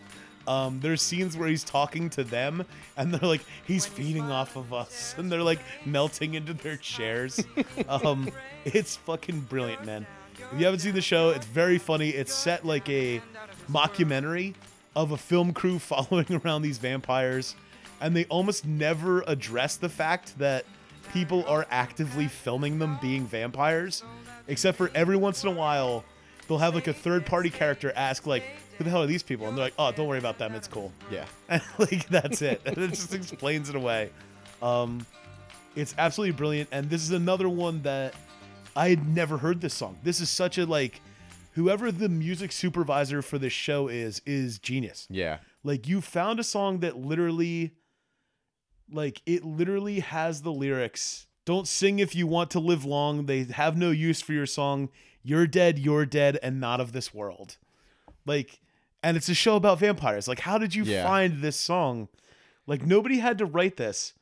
[SPEAKER 2] Um, there's scenes where he's talking to them, and they're like, "He's feeding off of us," and they're like melting into their chairs. um, it's fucking brilliant, man. If you haven't seen the show, it's very funny. It's set like a mockumentary of a film crew following around these vampires, and they almost never address the fact that people are actively filming them being vampires, except for every once in a while, they'll have like a third party character ask like, "Who the hell are these people?" And they're like, "Oh, don't worry about them. It's cool."
[SPEAKER 1] Yeah.
[SPEAKER 2] And like that's it. And it just explains it away. Um, it's absolutely brilliant. And this is another one that I had never heard this song. This is such a like, whoever the music supervisor for this show is is genius.
[SPEAKER 1] Yeah.
[SPEAKER 2] Like you found a song that literally like it literally has the lyrics. Don't sing if you want to live long. They have no use for your song. You're dead, you're dead and not of this world. Like and it's a show about vampires. Like how did you
[SPEAKER 1] Yeah.
[SPEAKER 2] find this song? Like nobody had to write this.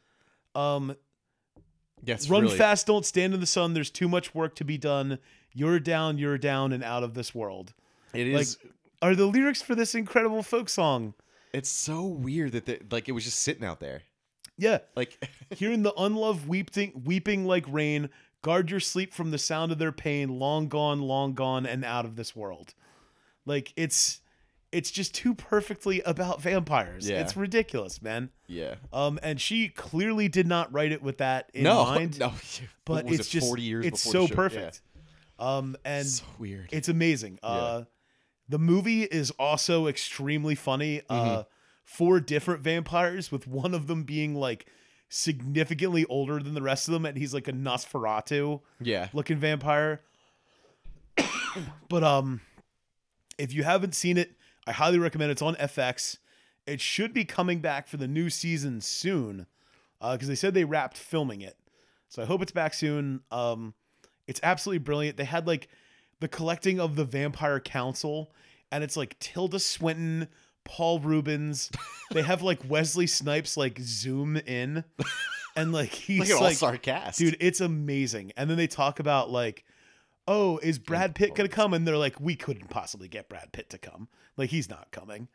[SPEAKER 2] Um
[SPEAKER 1] Yes.
[SPEAKER 2] run fast, don't stand in the sun. There's too much work to be done. You're down, you're down and out of this world.
[SPEAKER 1] It
[SPEAKER 2] Like
[SPEAKER 1] is.
[SPEAKER 2] are the lyrics for this incredible folk song?
[SPEAKER 1] it's so weird that they, like it was just sitting out there.
[SPEAKER 2] Yeah.
[SPEAKER 1] Like
[SPEAKER 2] Hearing the unloved weeping, weeping like rain, guard your sleep from the sound of their pain, long gone, long gone, and out of this world. Like it's, it's just too perfectly about vampires.
[SPEAKER 1] Yeah.
[SPEAKER 2] It's ridiculous, man.
[SPEAKER 1] yeah.
[SPEAKER 2] Um, and she clearly did not write it with that in
[SPEAKER 1] no,
[SPEAKER 2] mind.
[SPEAKER 1] no. What
[SPEAKER 2] but
[SPEAKER 1] was
[SPEAKER 2] it's
[SPEAKER 1] it,
[SPEAKER 2] just
[SPEAKER 1] 40 years
[SPEAKER 2] it's
[SPEAKER 1] before
[SPEAKER 2] so
[SPEAKER 1] the show?
[SPEAKER 2] perfect. Um,
[SPEAKER 1] Yeah.
[SPEAKER 2] and
[SPEAKER 1] So weird.
[SPEAKER 2] it's amazing. Uh, the movie is also extremely funny. Uh, four different vampires, with one of them being like significantly older than the rest of them, and he's like a Nosferatu
[SPEAKER 1] yeah.
[SPEAKER 2] looking vampire. but um, if you haven't seen it, I highly recommend. It. It's on FX. It should be coming back for the new season soon, because they said they wrapped filming it. So I hope it's back soon. Um, it's absolutely brilliant. They had like the collecting of the Vampire Council, and it's like Tilda Swinton, Paul Rubens. they have like Wesley Snipes like zoom in, and like
[SPEAKER 1] Like
[SPEAKER 2] he's
[SPEAKER 1] an
[SPEAKER 2] like
[SPEAKER 1] all-star cast.
[SPEAKER 2] Dude, it's amazing. And then they talk about like, oh, is Brad Pitt gonna come? And they're like, we couldn't possibly get Brad Pitt to come. Like he's not coming.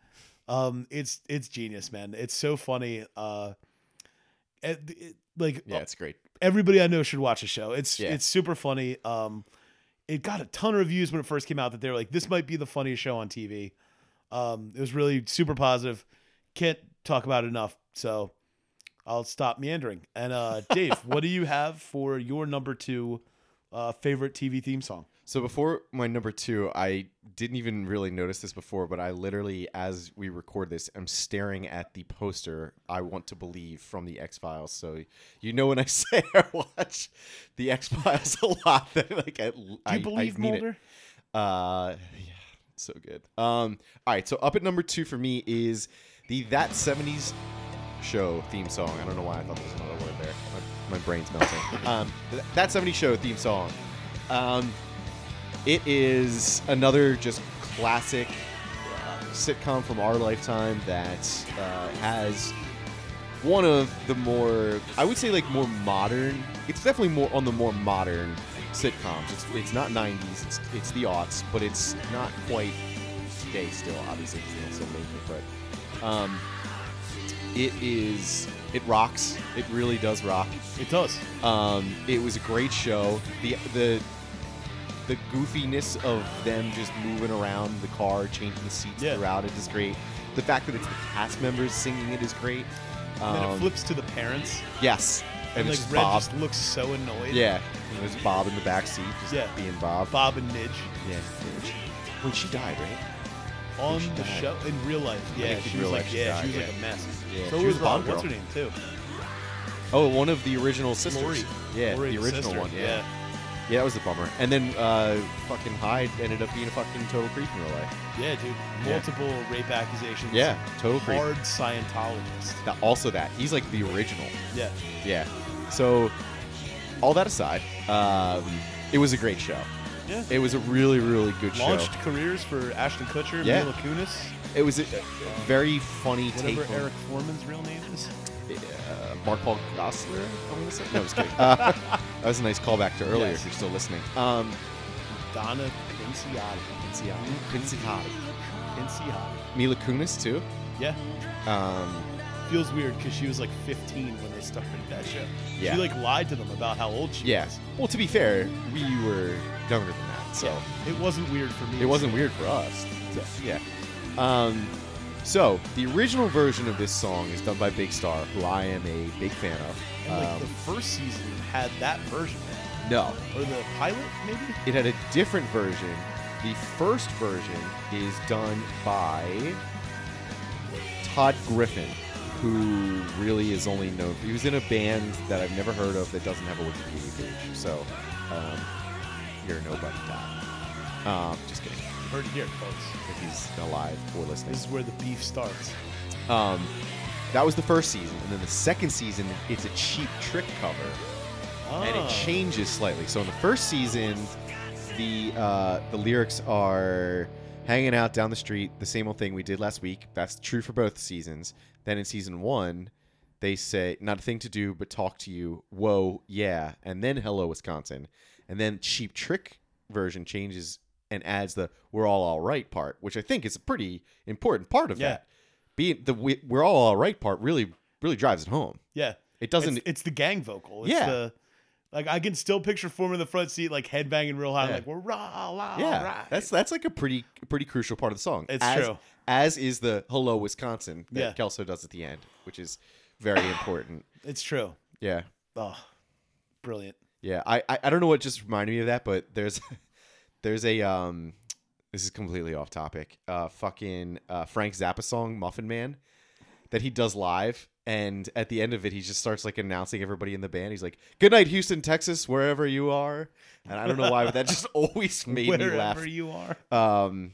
[SPEAKER 2] Um, it's it's genius, man. It's so funny. Uh, it, it- like
[SPEAKER 1] Yeah, it's great.
[SPEAKER 2] everybody I know should watch the show. It's
[SPEAKER 1] Yeah.
[SPEAKER 2] it's super funny. Um, it got a ton of reviews when it first came out that they were like, this might be the funniest show on TV. Um, it was really super positive. Can't talk about it enough. So I'll stop meandering. And uh, Dave, what do you have for your number two uh, favorite TV theme song?
[SPEAKER 1] So before my number two, I didn't even really notice this before, but I literally, as we record this, I'm staring at the poster "I Want to Believe" from the X Files. So you know when I say I watch the X Files a lot, that like I, do
[SPEAKER 2] Do you believe
[SPEAKER 1] I mean it.
[SPEAKER 2] Mulder?
[SPEAKER 1] Uh, yeah, so good. Um, all right, so up at number two for me is the That 70s Show theme song. I don't know why I thought there was another word there. My, my brain's melting. um, th- That 70s Show theme song. Um, it is another just classic uh, sitcom from our lifetime that uh, has one of the more I would say like more modern. It's definitely more on the more modern sitcoms. It's it's not 90s. It's it's the aughts, but it's not quite today still. Obviously, it's still making it, but um, it is it rocks. It really does rock.
[SPEAKER 2] It does.
[SPEAKER 1] Um, it was a great show. The the the goofiness of them just moving around the car, changing the seats
[SPEAKER 2] Yeah.
[SPEAKER 1] throughout it is great. The fact that it's the cast members singing it is great.
[SPEAKER 2] And then
[SPEAKER 1] Um,
[SPEAKER 2] it flips to the parents,
[SPEAKER 1] Yes.
[SPEAKER 2] and,
[SPEAKER 1] And,
[SPEAKER 2] like
[SPEAKER 1] it's just
[SPEAKER 2] Red
[SPEAKER 1] Bob.
[SPEAKER 2] just looks so annoyed.
[SPEAKER 1] yeah. And there's Bob in the back seat, just
[SPEAKER 2] Yeah.
[SPEAKER 1] being Bob.
[SPEAKER 2] Bob and Midge
[SPEAKER 1] Yeah. When she, when she died, right?
[SPEAKER 2] on
[SPEAKER 1] she
[SPEAKER 2] the
[SPEAKER 1] died.
[SPEAKER 2] show in real life. Yeah,
[SPEAKER 1] think in
[SPEAKER 2] she was
[SPEAKER 1] real
[SPEAKER 2] like,
[SPEAKER 1] life she
[SPEAKER 2] yeah,
[SPEAKER 1] died,
[SPEAKER 2] she was
[SPEAKER 1] yeah.
[SPEAKER 2] like a mess.
[SPEAKER 1] Yeah.
[SPEAKER 2] So
[SPEAKER 1] She
[SPEAKER 2] was,
[SPEAKER 1] was a Bond
[SPEAKER 2] uh, what's her
[SPEAKER 1] girl.
[SPEAKER 2] name too?
[SPEAKER 1] Oh, one of the original sisters.
[SPEAKER 2] Lori.
[SPEAKER 1] Yeah,
[SPEAKER 2] Lori,
[SPEAKER 1] the original
[SPEAKER 2] sister.
[SPEAKER 1] one. Yeah. yeah. that was a bummer. And then uh, fucking Hyde ended up being a fucking total creep in real life.
[SPEAKER 2] yeah, yeah, dude. Multiple rape accusations.
[SPEAKER 1] Yeah, total creep.
[SPEAKER 2] hard Scientologist.
[SPEAKER 1] Now, also that. He's like the original.
[SPEAKER 2] Yeah,
[SPEAKER 1] Yeah. So, all that aside, um, it was a great show.
[SPEAKER 2] yeah.
[SPEAKER 1] It was a really, really good
[SPEAKER 2] Launched
[SPEAKER 1] show.
[SPEAKER 2] careers for Ashton Kutcher,
[SPEAKER 1] Yeah.
[SPEAKER 2] Mila Kunis,
[SPEAKER 1] It was a, a very funny
[SPEAKER 2] whatever
[SPEAKER 1] take on-
[SPEAKER 2] Eric Foreman's real name is.
[SPEAKER 1] uh, Mark Paul Gossler. I want to say. No, I was kidding. Uh, that was a nice callback to earlier.
[SPEAKER 2] Oh, Yes.
[SPEAKER 1] If you're still listening, um,
[SPEAKER 2] Donna Pinciotti.
[SPEAKER 1] Pincicati.
[SPEAKER 2] Pinciotti.
[SPEAKER 1] Mila Kunis too.
[SPEAKER 2] Yeah.
[SPEAKER 1] Um,
[SPEAKER 2] Feels weird because she was like 15 when they started that show.
[SPEAKER 1] Yeah.
[SPEAKER 2] She like lied to them about how old she
[SPEAKER 1] yeah.
[SPEAKER 2] was.
[SPEAKER 1] Well, to be fair, we were younger than that, so
[SPEAKER 2] Yeah. It wasn't weird for me.
[SPEAKER 1] it wasn't weird for us. Yeah. Um, so the original version of this song is done by Big Star, who I am a big fan of.
[SPEAKER 2] And, like
[SPEAKER 1] Um,
[SPEAKER 2] the first season had that version,
[SPEAKER 1] no,
[SPEAKER 2] or the pilot maybe.
[SPEAKER 1] it had a different version. The first version is done by Todd Griffin, who really is only known. He was in a band that I've never heard of that doesn't have a Wikipedia page. So um, you're nobody, Todd. Um, just kidding.
[SPEAKER 2] Heard it here, folks.
[SPEAKER 1] If he's alive or listening.
[SPEAKER 2] This is where the beef starts.
[SPEAKER 1] Um, that was the first season, and then the second season, it's a cheap trick cover and
[SPEAKER 2] Ah.
[SPEAKER 1] it changes slightly. So in the first season, the uh, the lyrics are hanging out down the street, the same old thing we did last week. That's true for both seasons. Then in season one, they say not a thing to do but talk to you. Whoa, yeah, and then hello Wisconsin, and then cheap trick version changes and adds the we're all all right part, which I think is a pretty important part of
[SPEAKER 2] Yeah.
[SPEAKER 1] that. Being the we, we're all all right part really really drives it home.
[SPEAKER 2] Yeah.
[SPEAKER 1] It doesn't.
[SPEAKER 2] It's, it's the gang vocal. It's
[SPEAKER 1] Yeah.
[SPEAKER 2] The, like I can still picture Foreman in the front seat, like headbanging real high,
[SPEAKER 1] Yeah.
[SPEAKER 2] like we're rah la
[SPEAKER 1] yeah,
[SPEAKER 2] rah.
[SPEAKER 1] that's that's like a pretty pretty crucial part of the song.
[SPEAKER 2] It's
[SPEAKER 1] as,
[SPEAKER 2] true.
[SPEAKER 1] As is the "Hello Wisconsin" that
[SPEAKER 2] Yeah.
[SPEAKER 1] Kelso does at the end, which is very important.
[SPEAKER 2] it's true.
[SPEAKER 1] Yeah,
[SPEAKER 2] Oh, brilliant.
[SPEAKER 1] yeah. I, I I don't know what just reminded me of that, but there's there's a um this is completely off topic. Uh, fucking uh, Frank Zappa song "Muffin Man" that he does live. And at the end of it, he just starts like announcing everybody in the band. He's like, "Good night, Houston, Texas, wherever you are." And I don't know why, but that just always made
[SPEAKER 2] Wherever
[SPEAKER 1] me laugh.
[SPEAKER 2] you are.
[SPEAKER 1] Um,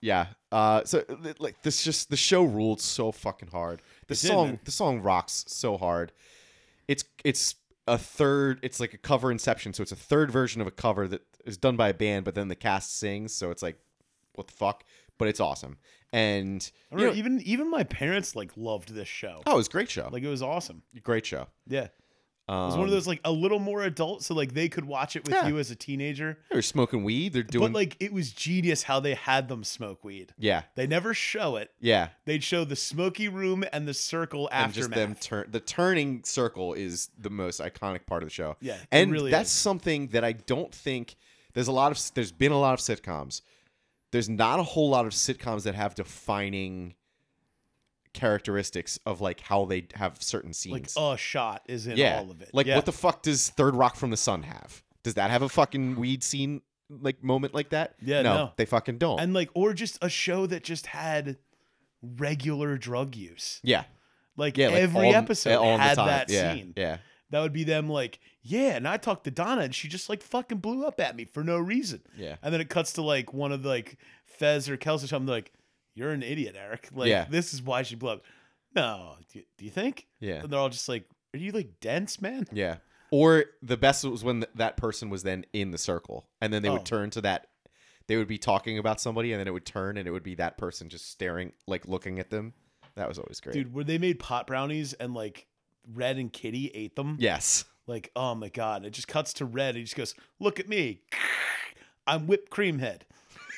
[SPEAKER 1] yeah. Uh, so th- like this, just the show ruled so fucking hard. The
[SPEAKER 2] did,
[SPEAKER 1] song,
[SPEAKER 2] man.
[SPEAKER 1] the song rocks so hard. It's it's a third. It's like a cover Inception, so it's a third version of a cover that is done by a band, but then the cast sings. So it's like, what the fuck? But it's awesome. And
[SPEAKER 2] I
[SPEAKER 1] you know,
[SPEAKER 2] remember even even my parents like loved this show.
[SPEAKER 1] oh, it was a great show. Like
[SPEAKER 2] Like it was awesome.
[SPEAKER 1] great show.
[SPEAKER 2] Yeah.
[SPEAKER 1] Um,
[SPEAKER 2] It was one of those like a little more adult, so like they could watch it with
[SPEAKER 1] Yeah.
[SPEAKER 2] you as a teenager.
[SPEAKER 1] Um, They're smoking weed. They're doing
[SPEAKER 2] but like it was genius how they had them smoke weed.
[SPEAKER 1] yeah,
[SPEAKER 2] They never show it.
[SPEAKER 1] yeah.
[SPEAKER 2] They'd show the smoky room and the circle
[SPEAKER 1] and
[SPEAKER 2] aftermath.
[SPEAKER 1] just them turn the turning circle is the most iconic part of the show.
[SPEAKER 2] Yeah, it
[SPEAKER 1] and
[SPEAKER 2] really
[SPEAKER 1] that's
[SPEAKER 2] is.
[SPEAKER 1] something that I don't think there's a lot of there's been a lot of sitcoms. There's not a whole lot of sitcoms that have defining characteristics of like how they have certain
[SPEAKER 2] like
[SPEAKER 1] scenes.
[SPEAKER 2] a shot is in all of it.
[SPEAKER 1] Like
[SPEAKER 2] Yeah.
[SPEAKER 1] what the fuck does Third Rock from the Sun have? Does that have a fucking weed scene like moment like that?
[SPEAKER 2] Yeah, no.
[SPEAKER 1] they fucking don't.
[SPEAKER 2] and like or just a show that just had regular drug use.
[SPEAKER 1] yeah,
[SPEAKER 2] Like
[SPEAKER 1] yeah. like,
[SPEAKER 2] every
[SPEAKER 1] all-
[SPEAKER 2] episode
[SPEAKER 1] all in the
[SPEAKER 2] had
[SPEAKER 1] time.
[SPEAKER 2] that
[SPEAKER 1] Yeah,
[SPEAKER 2] scene.
[SPEAKER 1] Yeah,
[SPEAKER 2] That would be them like, yeah, and I talked to Donna and she just like fucking blew up at me for no reason.
[SPEAKER 1] Yeah.
[SPEAKER 2] And then it cuts to like one of the, like Fez or Kels or something like, you're an idiot, Eric. Like
[SPEAKER 1] Yeah.
[SPEAKER 2] this is why she blew up. No, do you, do you think?
[SPEAKER 1] yeah.
[SPEAKER 2] And they're all just like, are you like dense, man?
[SPEAKER 1] Yeah. Or the best was when th- that person was then in the circle, and then they
[SPEAKER 2] Oh.
[SPEAKER 1] would turn to that. They would be talking about somebody, and then it would turn, and it would be that person just staring, like looking at them. That was always great.
[SPEAKER 2] Dude, where they made pot brownies and like Red and Kitty ate them.
[SPEAKER 1] Yes.
[SPEAKER 2] Like, oh my god! It just cuts to Red. And he just goes, "Look at me, I'm whipped cream head."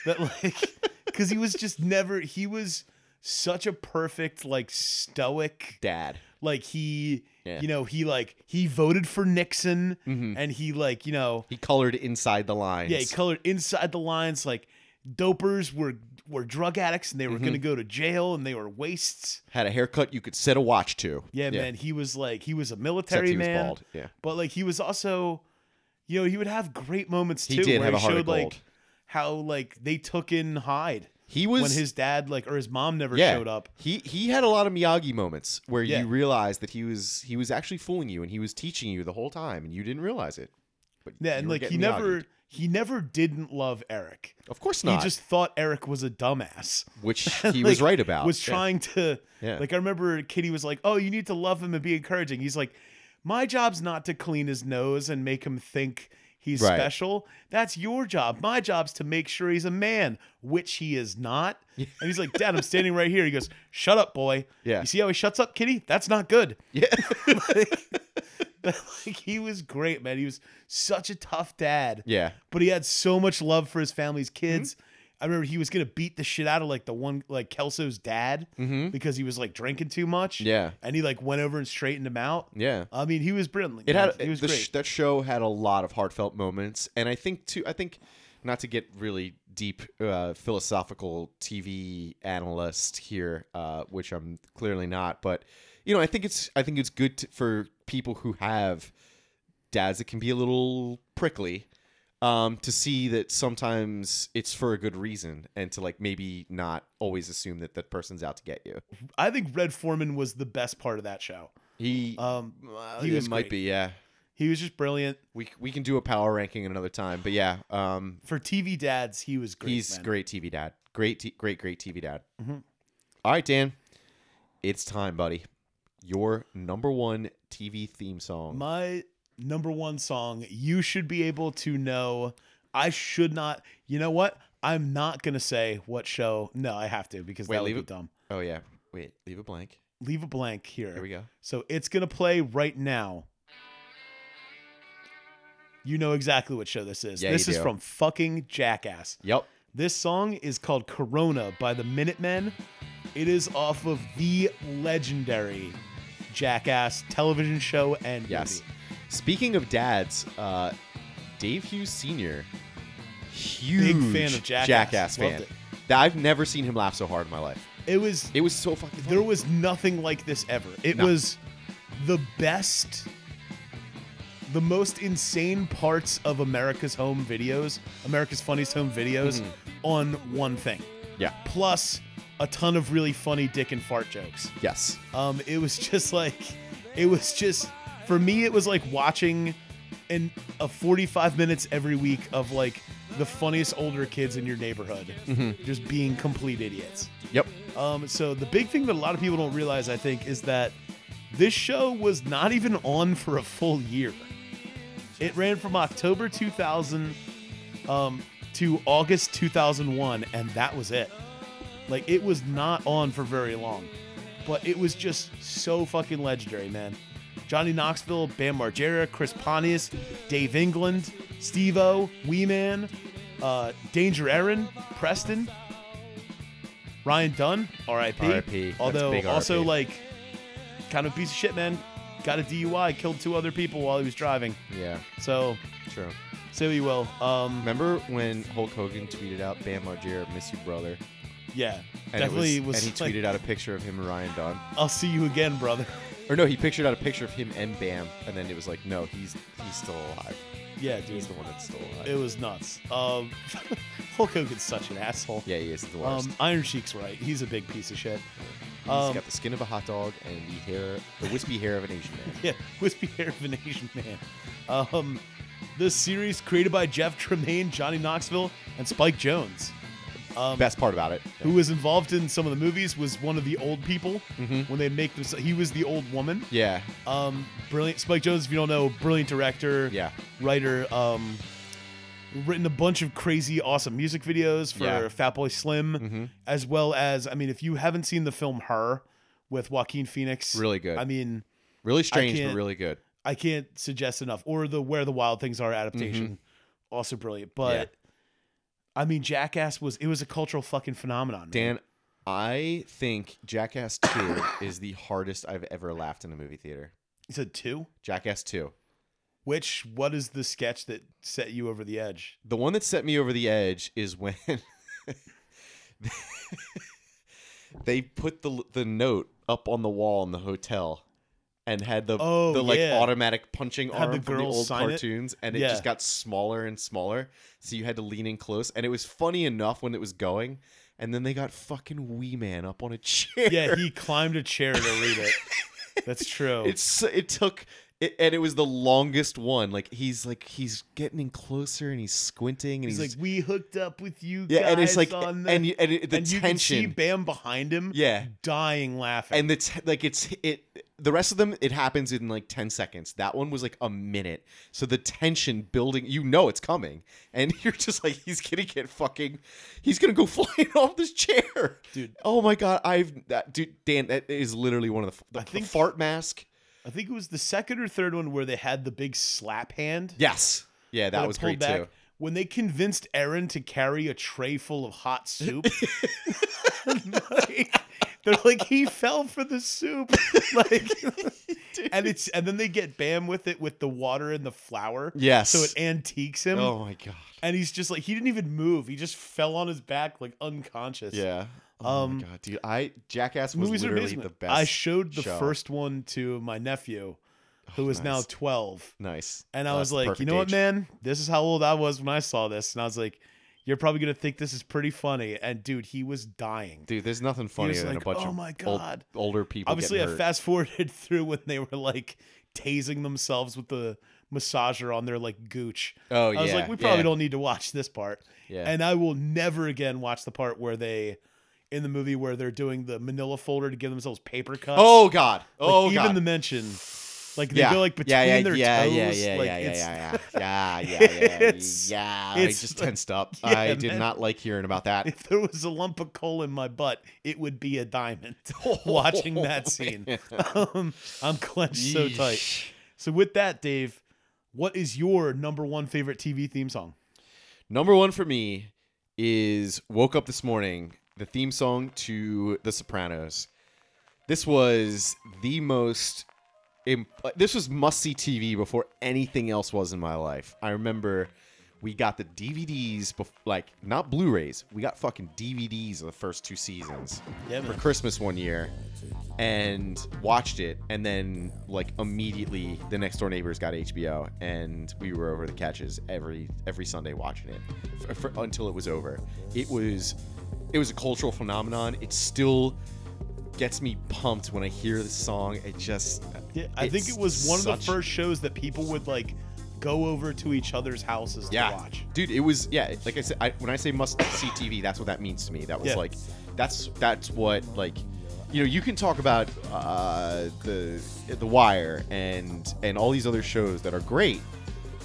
[SPEAKER 2] That like, because he was just never. He was such a perfect like stoic.
[SPEAKER 1] Dad.
[SPEAKER 2] Like he,
[SPEAKER 1] Yeah.
[SPEAKER 2] you know, he like he voted for Nixon,
[SPEAKER 1] Mhm.
[SPEAKER 2] and he like you know,
[SPEAKER 1] He colored inside the lines.
[SPEAKER 2] yeah, he colored inside the lines. Like dopers were were drug addicts, and they were
[SPEAKER 1] Mm-hmm.
[SPEAKER 2] going to go to jail, and they were wastes.
[SPEAKER 1] had a haircut you could set a watch to.
[SPEAKER 2] Yeah, man, he was like he was a military
[SPEAKER 1] Except he was
[SPEAKER 2] man.
[SPEAKER 1] bald. Yeah.
[SPEAKER 2] but like he was also you know he would have great moments too
[SPEAKER 1] He did
[SPEAKER 2] where
[SPEAKER 1] have
[SPEAKER 2] he
[SPEAKER 1] a heart of
[SPEAKER 2] showed like
[SPEAKER 1] gold.
[SPEAKER 2] how like they took in Hyde
[SPEAKER 1] He was
[SPEAKER 2] when his dad like or his mom never
[SPEAKER 1] yeah,
[SPEAKER 2] showed up
[SPEAKER 1] He he had a lot of Miyagi moments where
[SPEAKER 2] Yeah.
[SPEAKER 1] you realized that he was he was actually fooling you and he was teaching you the whole time and you didn't realize it. But
[SPEAKER 2] yeah
[SPEAKER 1] you
[SPEAKER 2] and
[SPEAKER 1] were
[SPEAKER 2] like he
[SPEAKER 1] getting
[SPEAKER 2] never
[SPEAKER 1] Miyagi'd.
[SPEAKER 2] he never didn't love Eric
[SPEAKER 1] Of course not.
[SPEAKER 2] he just thought Eric was a dumbass
[SPEAKER 1] which he was
[SPEAKER 2] Like,
[SPEAKER 1] right about.
[SPEAKER 2] was
[SPEAKER 1] Yeah.
[SPEAKER 2] trying to
[SPEAKER 1] Yeah.
[SPEAKER 2] like I remember Kitty was like oh you need to love him and be encouraging he's like my job's not to clean his nose and make him think he's
[SPEAKER 1] Right.
[SPEAKER 2] special that's your job my job's to make sure he's a man which he is not and he's like dad I'm standing right here he goes shut up boy
[SPEAKER 1] Yeah.
[SPEAKER 2] you see how he shuts up Kitty that's not good
[SPEAKER 1] Yeah.
[SPEAKER 2] like he was great man he was such a tough dad
[SPEAKER 1] yeah.
[SPEAKER 2] but he had so much love for his family's
[SPEAKER 1] Mm-hmm.
[SPEAKER 2] kids. I remember he was gonna beat the shit out of like the one like Kelso's dad
[SPEAKER 1] Mhm.
[SPEAKER 2] because he was like drinking too much.
[SPEAKER 1] Yeah.
[SPEAKER 2] and he like went over and straightened him out.
[SPEAKER 1] Yeah.
[SPEAKER 2] I mean, he was brilliant.
[SPEAKER 1] It had
[SPEAKER 2] Oh, he was
[SPEAKER 1] the
[SPEAKER 2] great.
[SPEAKER 1] sh- that show had a lot of heartfelt moments, and I think too. I think not to get really deep uh, philosophical TV analyst here, uh, which I'm clearly not, but you know, I think it's I think it's good to, for people who have dads that can be a little prickly um, to see that sometimes it's for a good reason, and to like maybe not always assume that that person's out to get you.
[SPEAKER 2] I think Red Foreman was the best part of that show.
[SPEAKER 1] He
[SPEAKER 2] Um,
[SPEAKER 1] uh,
[SPEAKER 2] he
[SPEAKER 1] it
[SPEAKER 2] was
[SPEAKER 1] might
[SPEAKER 2] great.
[SPEAKER 1] be yeah.
[SPEAKER 2] he was just brilliant
[SPEAKER 1] We, we can do a power ranking another time, but yeah, um,
[SPEAKER 2] for TV dads. He was great.
[SPEAKER 1] he's
[SPEAKER 2] man. Mm-hmm.
[SPEAKER 1] great TV dad, great t- great great TV dad. All right, Dan, it's time, buddy. Your number one TV theme song.
[SPEAKER 2] My number one song. You should be able to know. I should not. You know what? I'm not gonna say what show. No, I have to because
[SPEAKER 1] Wait,
[SPEAKER 2] that would
[SPEAKER 1] leave
[SPEAKER 2] be
[SPEAKER 1] it-
[SPEAKER 2] dumb.
[SPEAKER 1] oh yeah, wait, leave a blank.
[SPEAKER 2] leave a blank here.
[SPEAKER 1] Here we go.
[SPEAKER 2] So it's gonna play right now. You know exactly what show this is.
[SPEAKER 1] Yeah,
[SPEAKER 2] this
[SPEAKER 1] you
[SPEAKER 2] is
[SPEAKER 1] do.
[SPEAKER 2] from fucking Jackass.
[SPEAKER 1] Yep.
[SPEAKER 2] This song is called Corona by the Minutemen. It is off of the legendary jackass television show and
[SPEAKER 1] Yes.
[SPEAKER 2] movie.
[SPEAKER 1] Speaking of dads, uh, Dave Hughes Sr., huge
[SPEAKER 2] Big fan of Jackass. Loved
[SPEAKER 1] fan.
[SPEAKER 2] it.
[SPEAKER 1] That- I've never seen him laugh so hard in my life.
[SPEAKER 2] It was
[SPEAKER 1] It was so fucking funny.
[SPEAKER 2] there was nothing like this ever. It
[SPEAKER 1] No.
[SPEAKER 2] was the best, the most insane parts of America's home videos, America's funniest home videos,
[SPEAKER 1] Mm-hmm.
[SPEAKER 2] on one thing.
[SPEAKER 1] Yeah.
[SPEAKER 2] Plus a ton of really funny dick and fart jokes.
[SPEAKER 1] Yes.
[SPEAKER 2] Um, it was just like, it was just for me. It was like watching an a 45 minutes every week of like the funniest older kids in your neighborhood just being complete idiots.
[SPEAKER 1] Yep.
[SPEAKER 2] Um, so the big thing that a lot of people don't realize, I think, is that this show was not even on for a full year. It ran from October 2000 um, to August 2001, and that was it. Like it was not on for very long, but it was just so fucking legendary, man. Johnny Knoxville, Bam Margera, Chris Pontius, Dave England, Steve-O, Wee Man, uh, Danger Aaron, Preston, Ryan Dunn, R.I.P.
[SPEAKER 1] R.I.P.. That's
[SPEAKER 2] Although
[SPEAKER 1] big
[SPEAKER 2] also
[SPEAKER 1] R.I.P..
[SPEAKER 2] like kind of a piece of shit, man. Got a DUI, killed two other people while he was driving.
[SPEAKER 1] Yeah.
[SPEAKER 2] So
[SPEAKER 1] True.
[SPEAKER 2] say what you will. Um,
[SPEAKER 1] Remember when Hulk Hogan tweeted out Bam Margera, miss you, brother?
[SPEAKER 2] yeah,
[SPEAKER 1] And it
[SPEAKER 2] definitely
[SPEAKER 1] was,
[SPEAKER 2] was.
[SPEAKER 1] and he
[SPEAKER 2] like,
[SPEAKER 1] tweeted out a picture of him and Ryan Dunn.
[SPEAKER 2] I'll see you again, brother.
[SPEAKER 1] Or no, he pictured out a picture of him and Bam, and then it was like, no, he's he's still alive.
[SPEAKER 2] Yeah,
[SPEAKER 1] He's
[SPEAKER 2] dude,
[SPEAKER 1] the one that's still alive.
[SPEAKER 2] it was nuts. Um, Hulk Hogan's such an asshole.
[SPEAKER 1] yeah, he is the worst.
[SPEAKER 2] Um, Iron Sheik's right. He's a big piece of shit.
[SPEAKER 1] He's
[SPEAKER 2] um,
[SPEAKER 1] got the skin of a hot dog and the hair, the wispy hair of an Asian man.
[SPEAKER 2] Yeah, wispy hair of an Asian man. Um, this series created by Jeff Tremaine, Johnny Knoxville, and Spike Jones.
[SPEAKER 1] Best part about it.
[SPEAKER 2] Um, who was involved in some of the movies was one of the old people
[SPEAKER 1] Mm-hmm.
[SPEAKER 2] when they make this he was the old woman
[SPEAKER 1] Yeah,
[SPEAKER 2] um brilliant spike jones if you don't know brilliant director
[SPEAKER 1] Yeah.
[SPEAKER 2] writer um written a bunch of crazy awesome music videos for
[SPEAKER 1] Yeah. Mm-hmm.
[SPEAKER 2] fat boy slim as well as i mean if you haven't seen the film her with joaquin phoenix
[SPEAKER 1] Really good.
[SPEAKER 2] i mean
[SPEAKER 1] really strange but
[SPEAKER 2] can't-
[SPEAKER 1] really good.
[SPEAKER 2] i can't suggest enough or the where the wild things are adaptation also brilliant but
[SPEAKER 1] Mm-hmm. Yeah.
[SPEAKER 2] i mean jackass was it was a cultural fucking phenomenon man.
[SPEAKER 1] Dan, I think Jackass Two is the hardest I've ever laughed in a movie theater.
[SPEAKER 2] you said two
[SPEAKER 1] Jackass Two,
[SPEAKER 2] Which what is the sketch that set you over the edge?
[SPEAKER 1] the one that set me over the edge is when they put the the note up on the wall in the hotel. And had the
[SPEAKER 2] Oh,
[SPEAKER 1] the like
[SPEAKER 2] yeah.
[SPEAKER 1] automatic punching
[SPEAKER 2] Had
[SPEAKER 1] arm
[SPEAKER 2] the
[SPEAKER 1] from the
[SPEAKER 2] girls
[SPEAKER 1] old
[SPEAKER 2] sign it?
[SPEAKER 1] cartoons, and it
[SPEAKER 2] Yeah.
[SPEAKER 1] just got smaller and smaller. So you had to lean in close, and it was funny enough when it was going. And then they got fucking Wee Man up on a chair.
[SPEAKER 2] Yeah, he climbed a chair to read it. That's true.
[SPEAKER 1] It's it took it, and it was the longest one. Like he's like he's getting in closer and he's squinting and
[SPEAKER 2] he's
[SPEAKER 1] he's,
[SPEAKER 2] like, we hooked up with you guys.
[SPEAKER 1] yeah, and it's like
[SPEAKER 2] on
[SPEAKER 1] and
[SPEAKER 2] the,
[SPEAKER 1] and, you- and it- the
[SPEAKER 2] and you can see
[SPEAKER 1] tension,
[SPEAKER 2] Bam behind him,
[SPEAKER 1] yeah,
[SPEAKER 2] dying laughing.
[SPEAKER 1] and the t- like it's it. The rest of them it happens in like ten seconds. That one was like a minute. So the tension building, you know it's coming, and you're just like he's gonna get fucking, he's gonna go flying off this chair,
[SPEAKER 2] Dude.
[SPEAKER 1] Oh my god, I've that, dude Dan, that is literally one of the, the,
[SPEAKER 2] I
[SPEAKER 1] the
[SPEAKER 2] think-
[SPEAKER 1] fart mask.
[SPEAKER 2] I think it was the second or third one where they had the big slap hand.
[SPEAKER 1] Yes, yeah, that
[SPEAKER 2] it
[SPEAKER 1] was
[SPEAKER 2] pulled
[SPEAKER 1] great too.
[SPEAKER 2] When they convinced Aaron to carry a tray full of hot soup, Like, they're like, he fell for the soup. Like, and it's and then they get Bam with it with the water and the flour.
[SPEAKER 1] Yes.
[SPEAKER 2] So it antiques him,
[SPEAKER 1] Oh my god.
[SPEAKER 2] and he's just like he didn't even move. He just fell on his back like unconscious.
[SPEAKER 1] Yeah. Oh
[SPEAKER 2] Um,
[SPEAKER 1] my god, dude. I Jackass was
[SPEAKER 2] Movies are
[SPEAKER 1] literally
[SPEAKER 2] amazing.
[SPEAKER 1] the best.
[SPEAKER 2] I showed the
[SPEAKER 1] show.
[SPEAKER 2] first one to my nephew, who is now
[SPEAKER 1] nice.
[SPEAKER 2] twelve.
[SPEAKER 1] nice.
[SPEAKER 2] And I
[SPEAKER 1] That's
[SPEAKER 2] was
[SPEAKER 1] the
[SPEAKER 2] like, you
[SPEAKER 1] perfect
[SPEAKER 2] know what,
[SPEAKER 1] age.
[SPEAKER 2] man? This is how old I was when I saw this. And I was like, you're probably going to think this is pretty funny. And dude, he was dying.
[SPEAKER 1] Dude, there's nothing funnier than
[SPEAKER 2] like,
[SPEAKER 1] a bunch
[SPEAKER 2] "Oh
[SPEAKER 1] of
[SPEAKER 2] my
[SPEAKER 1] old-
[SPEAKER 2] God."
[SPEAKER 1] older people.
[SPEAKER 2] Obviously, I
[SPEAKER 1] getting hurt.
[SPEAKER 2] fast forwarded through when they were like tasing themselves with the massager on their like gooch.
[SPEAKER 1] Oh
[SPEAKER 2] I was
[SPEAKER 1] yeah,
[SPEAKER 2] like, we probably
[SPEAKER 1] yeah.
[SPEAKER 2] don't need to watch this part.
[SPEAKER 1] Yeah.
[SPEAKER 2] And I will never again watch the part where they, in the movie, where they're doing the manila folder to give themselves paper cuts.
[SPEAKER 1] Oh god.
[SPEAKER 2] Like,
[SPEAKER 1] Oh
[SPEAKER 2] even
[SPEAKER 1] god.
[SPEAKER 2] the mention. Like they
[SPEAKER 1] yeah.
[SPEAKER 2] go like between
[SPEAKER 1] yeah, yeah,
[SPEAKER 2] their
[SPEAKER 1] yeah,
[SPEAKER 2] toes.
[SPEAKER 1] Yeah, yeah,
[SPEAKER 2] like
[SPEAKER 1] yeah,
[SPEAKER 2] it's,
[SPEAKER 1] yeah, yeah, yeah, yeah, yeah, yeah,
[SPEAKER 2] It's-
[SPEAKER 1] yeah. I
[SPEAKER 2] it's-
[SPEAKER 1] just tensed up.
[SPEAKER 2] Yeah,
[SPEAKER 1] I did
[SPEAKER 2] man.
[SPEAKER 1] not like hearing about that.
[SPEAKER 2] if there was a lump of coal in my butt, it would be a diamond. Watching that scene, um, I'm clenched so tight.
[SPEAKER 1] Oh, Yeesh.
[SPEAKER 2] So with that, Dave, what is your number one favorite TV theme song?
[SPEAKER 1] Number one for me is Woke Up This Morning, the theme song to The Sopranos. This was the most. Imp- this was must see TV before anything else was in my life. I remember we got the DVDs, bef- like not Blu rays. We got fucking DVDs of the first two seasons
[SPEAKER 2] Yeah,
[SPEAKER 1] for
[SPEAKER 2] man.
[SPEAKER 1] Christmas one year and watched it. And then, like, immediately the next door neighbors got HBO and we were over the catches every every Sunday watching it f- for, until it was over. It was. It was a cultural phenomenon. It still gets me pumped when I hear the song. It just
[SPEAKER 2] Yeah, I think
[SPEAKER 1] it's
[SPEAKER 2] it was one of the
[SPEAKER 1] such-
[SPEAKER 2] first shows that people would like go over to each other's houses
[SPEAKER 1] yeah,
[SPEAKER 2] to watch.
[SPEAKER 1] dude. It was yeah. Like I said, I, when I say must see TV, that's what that means to me. That was
[SPEAKER 2] Yeah.
[SPEAKER 1] like, that's that's what like, you know, you can talk about uh, the the Wire and and all these other shows that are great,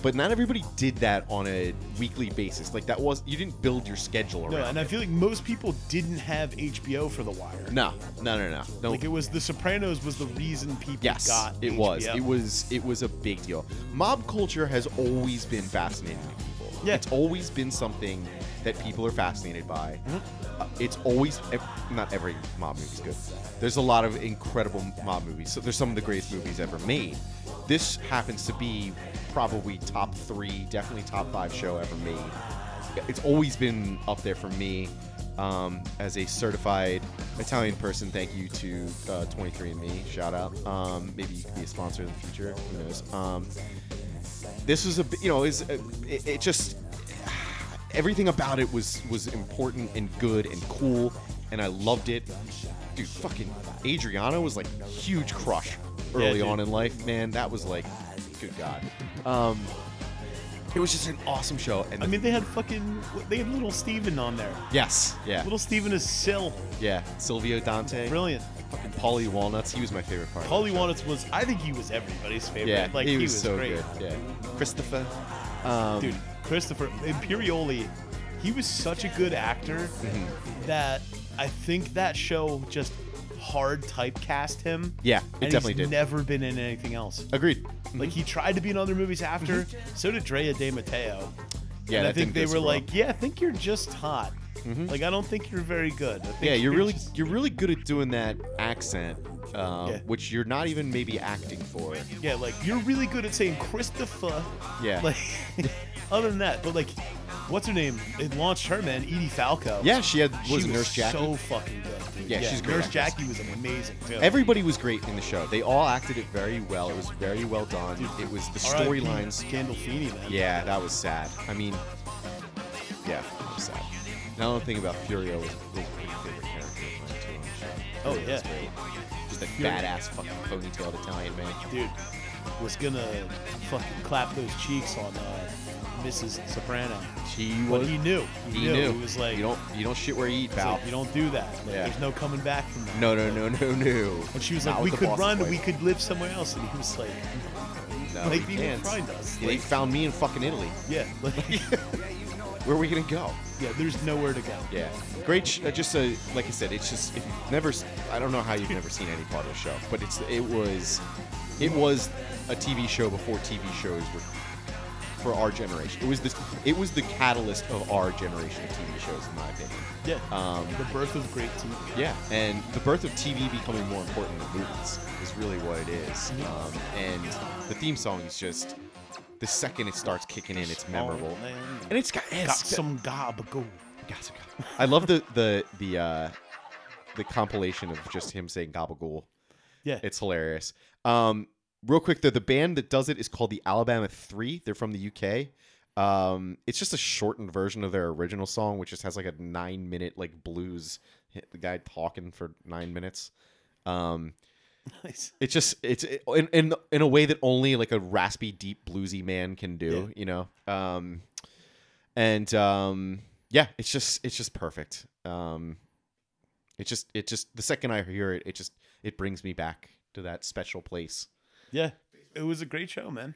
[SPEAKER 1] but not everybody did that on a weekly basis. Like that was you didn't build your schedule
[SPEAKER 2] No,
[SPEAKER 1] around.
[SPEAKER 2] and I feel like most people didn't have HBO for The Wire.
[SPEAKER 1] No, no, no, no, no.
[SPEAKER 2] Like it was The Sopranos was the reason people
[SPEAKER 1] Yes,
[SPEAKER 2] got
[SPEAKER 1] it was.
[SPEAKER 2] HBO.
[SPEAKER 1] It was. It was a big deal. Mob culture has always been fascinating to people.
[SPEAKER 2] Yeah.
[SPEAKER 1] It's always been something that people are fascinated by. Uh, it's always ev- not every mob movie's good. There's a lot of incredible mob movies. So there's some of the greatest movies ever made. This happens to be probably top three, definitely top five show ever made. It's always been up there for me. Um, as a certified Italian person, thank you to uh, 23andMe. Shout out. Um, maybe you could be a sponsor in the future. Who knows? Um, this was a b- you know is uh, it, it just everything about it was was important and good and cool and I loved it. Dude, fucking Adriana was like a huge crush early
[SPEAKER 2] dude.
[SPEAKER 1] on in life, man. That was like, good god. Um, it was just an awesome show. And
[SPEAKER 2] I
[SPEAKER 1] the-
[SPEAKER 2] mean, they had fucking they had little Steven on there.
[SPEAKER 1] yes, yeah,
[SPEAKER 2] Little Steven is still
[SPEAKER 1] yeah. Silvio Dante,
[SPEAKER 2] brilliant.
[SPEAKER 1] fucking Paulie Walnuts. He was my favorite part. of
[SPEAKER 2] Paulie
[SPEAKER 1] the show.
[SPEAKER 2] Walnuts was I think he was everybody's favorite.
[SPEAKER 1] yeah,
[SPEAKER 2] like
[SPEAKER 1] he, was, so
[SPEAKER 2] great.
[SPEAKER 1] good. Yeah, Christopher. Um,
[SPEAKER 2] Dude, Christopher Imperioli, he was such a good actor
[SPEAKER 1] Mm-hmm.
[SPEAKER 2] that I think that show just hard typecast him.
[SPEAKER 1] Yeah, it
[SPEAKER 2] and
[SPEAKER 1] definitely
[SPEAKER 2] he's
[SPEAKER 1] did.
[SPEAKER 2] Never been in anything else.
[SPEAKER 1] agreed.
[SPEAKER 2] Like he tried to be in other movies after. So did Drea De Matteo.
[SPEAKER 1] Mm-hmm. Yeah,
[SPEAKER 2] and I
[SPEAKER 1] that
[SPEAKER 2] think
[SPEAKER 1] didn't
[SPEAKER 2] they
[SPEAKER 1] go
[SPEAKER 2] were
[SPEAKER 1] super well. Mm-hmm.
[SPEAKER 2] like, "Yeah, I think you're just hot. Like I don't think you're very good. I think
[SPEAKER 1] Yeah, you're really
[SPEAKER 2] just-
[SPEAKER 1] you're really good at doing that accent, um,
[SPEAKER 2] Yeah.
[SPEAKER 1] which you're not even maybe acting for.
[SPEAKER 2] yeah, like you're really good at saying Christopher.
[SPEAKER 1] Yeah.
[SPEAKER 2] Like other than that, but like, what's her name? It launched her man, Edie Falco.
[SPEAKER 1] Yeah, she had
[SPEAKER 2] She
[SPEAKER 1] was Nurse Jackie.
[SPEAKER 2] so fucking good, dude.
[SPEAKER 1] Yeah, she's great
[SPEAKER 2] Nurse
[SPEAKER 1] actress.
[SPEAKER 2] Jackie was amazing, too.
[SPEAKER 1] Everybody was great in the show. They all acted it very well. It was very well done.
[SPEAKER 2] Dude,
[SPEAKER 1] It was the
[SPEAKER 2] R.I.P.
[SPEAKER 1] storylines.
[SPEAKER 2] Gandolfini, man.
[SPEAKER 1] Yeah, that was sad. I mean, yeah, that was sad. Another thing about Furio was, was my favorite character of mine, too, on the show.
[SPEAKER 2] Oh,
[SPEAKER 1] Furio was
[SPEAKER 2] yeah.
[SPEAKER 1] great. Just a
[SPEAKER 2] Furio-
[SPEAKER 1] badass fucking ponytailed Italian man.
[SPEAKER 2] Dude, was gonna fucking clap those cheeks on uh, Mrs. Soprano.
[SPEAKER 1] She
[SPEAKER 2] But
[SPEAKER 1] was.
[SPEAKER 2] he knew. He,
[SPEAKER 1] He
[SPEAKER 2] knew.
[SPEAKER 1] knew.
[SPEAKER 2] He was like,
[SPEAKER 1] you don't you don't shit where you eat,
[SPEAKER 2] he's
[SPEAKER 1] pal.
[SPEAKER 2] like, you don't do that. Like,
[SPEAKER 1] Yeah.
[SPEAKER 2] There's no coming back from that.
[SPEAKER 1] No, no, no, no, no.
[SPEAKER 2] And she was
[SPEAKER 1] Not
[SPEAKER 2] like, we
[SPEAKER 1] with the
[SPEAKER 2] could
[SPEAKER 1] boss's
[SPEAKER 2] run,
[SPEAKER 1] wife.
[SPEAKER 2] we could live somewhere else. And he was like,
[SPEAKER 1] No,
[SPEAKER 2] like,
[SPEAKER 1] we
[SPEAKER 2] they would
[SPEAKER 1] can't.
[SPEAKER 2] find us.
[SPEAKER 1] They
[SPEAKER 2] Like-
[SPEAKER 1] found me in fucking Italy.
[SPEAKER 2] yeah, like,
[SPEAKER 1] Where are we gonna go?
[SPEAKER 2] yeah, there's nowhere to go.
[SPEAKER 1] Yeah, great. Sh- uh, just uh, like I said, it's just if you've never. s- I don't know how you've never seen any part of the show, but it's it was, it was a TV show before TV shows were for our generation. It was this. It was the catalyst of our generation of TV shows, in my opinion.
[SPEAKER 2] Yeah.
[SPEAKER 1] Um,
[SPEAKER 2] the birth of great TV.
[SPEAKER 1] Yeah, and the birth of TV becoming more important than movies is really what it is. Um, and the theme song is just the second it starts kicking in, it's memorable,
[SPEAKER 2] Oh, man.
[SPEAKER 1] and it's got,
[SPEAKER 2] Got
[SPEAKER 1] it's got-
[SPEAKER 2] some gabagool.
[SPEAKER 1] Got some gob- I love the the the uh, the compilation of just him saying "gabagool."
[SPEAKER 2] Yeah.
[SPEAKER 1] It's hilarious. Um, real quick, though, the band that does it is called the Alabama Three. They're from the UK. Um, it's just a shortened version of their original song, which just has like a nine minute like blues. hit The guy talking for nine minutes. Um,
[SPEAKER 2] nice.
[SPEAKER 1] it's just it's it, in, in in a way that only like a raspy, deep, bluesy man can do. You know. Um, and um, yeah, it's just it's just perfect. Um, it just it just the second I hear it, it just it brings me back to that special place.
[SPEAKER 2] Yeah. It was a great show, man.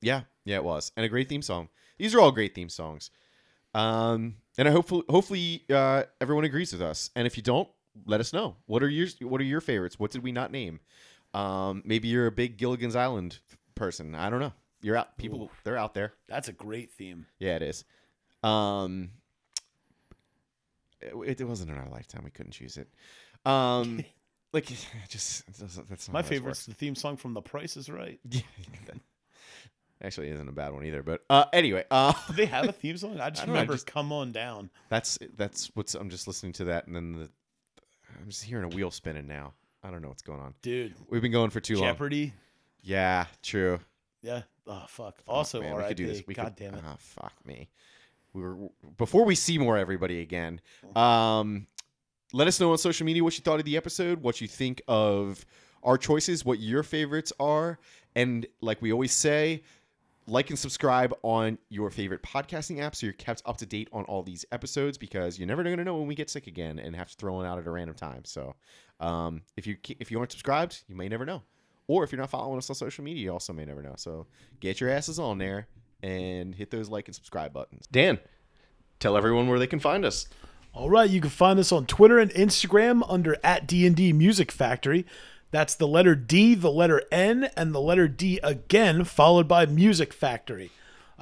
[SPEAKER 1] Yeah, yeah, it was, and a great theme song. These are all great theme songs. Um, and I hopefully hopefully uh, everyone agrees with us. And if you don't, let us know. What are your What are your favorites? What did we not name? Um, maybe you're a big Gilligan's Island person. I don't know. You're out. People, they're out there.
[SPEAKER 2] That's a great theme.
[SPEAKER 1] Yeah, it is. Um, it, it wasn't in our lifetime. We couldn't choose it. Um, like it just it doesn't- that's not
[SPEAKER 2] My
[SPEAKER 1] how this
[SPEAKER 2] favorite's
[SPEAKER 1] works.
[SPEAKER 2] the theme song from The Price is Right.
[SPEAKER 1] Yeah. Actually, isn't a bad one either. But uh, anyway, uh,
[SPEAKER 2] Do they have a theme song? I just
[SPEAKER 1] don't know, I
[SPEAKER 2] remember
[SPEAKER 1] just-
[SPEAKER 2] Come On Down.
[SPEAKER 1] that's that's what's I'm just listening to that, and then the I'm just hearing a wheel spinning now. I don't know what's going on.
[SPEAKER 2] Dude,
[SPEAKER 1] We've been going for too long.
[SPEAKER 2] Jeopardy.
[SPEAKER 1] Yeah, true.
[SPEAKER 2] Yeah. Oh, fuck.
[SPEAKER 1] Fuck,
[SPEAKER 2] Also,
[SPEAKER 1] man,
[SPEAKER 2] RIP.
[SPEAKER 1] we could do this. We
[SPEAKER 2] God
[SPEAKER 1] could,
[SPEAKER 2] damn it.
[SPEAKER 1] ah, fuck me. We were before we see more everybody again. Um, let us know on social media what you thought of the episode, what you think of our choices, what your favorites are, and like we always say, like and subscribe on your favorite podcasting app so you're kept up to date on all these episodes because you're never going to know when we get sick again and have to throw one out at a random time. So, um, if you ke- if you aren't subscribed, you may never know. Or if you're not following us on social media, you also may never know. So, get your asses on there and hit those like and subscribe buttons. Dan, tell everyone where they can find us.
[SPEAKER 2] All right, you can find us on Twitter and Instagram under at D&D Music Factory. That's the letter D, the letter N, and the letter D again, followed by Music Factory.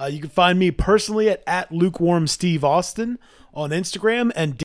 [SPEAKER 2] Uh, you can find me personally at, at Lukewarm Steve Austin on Instagram and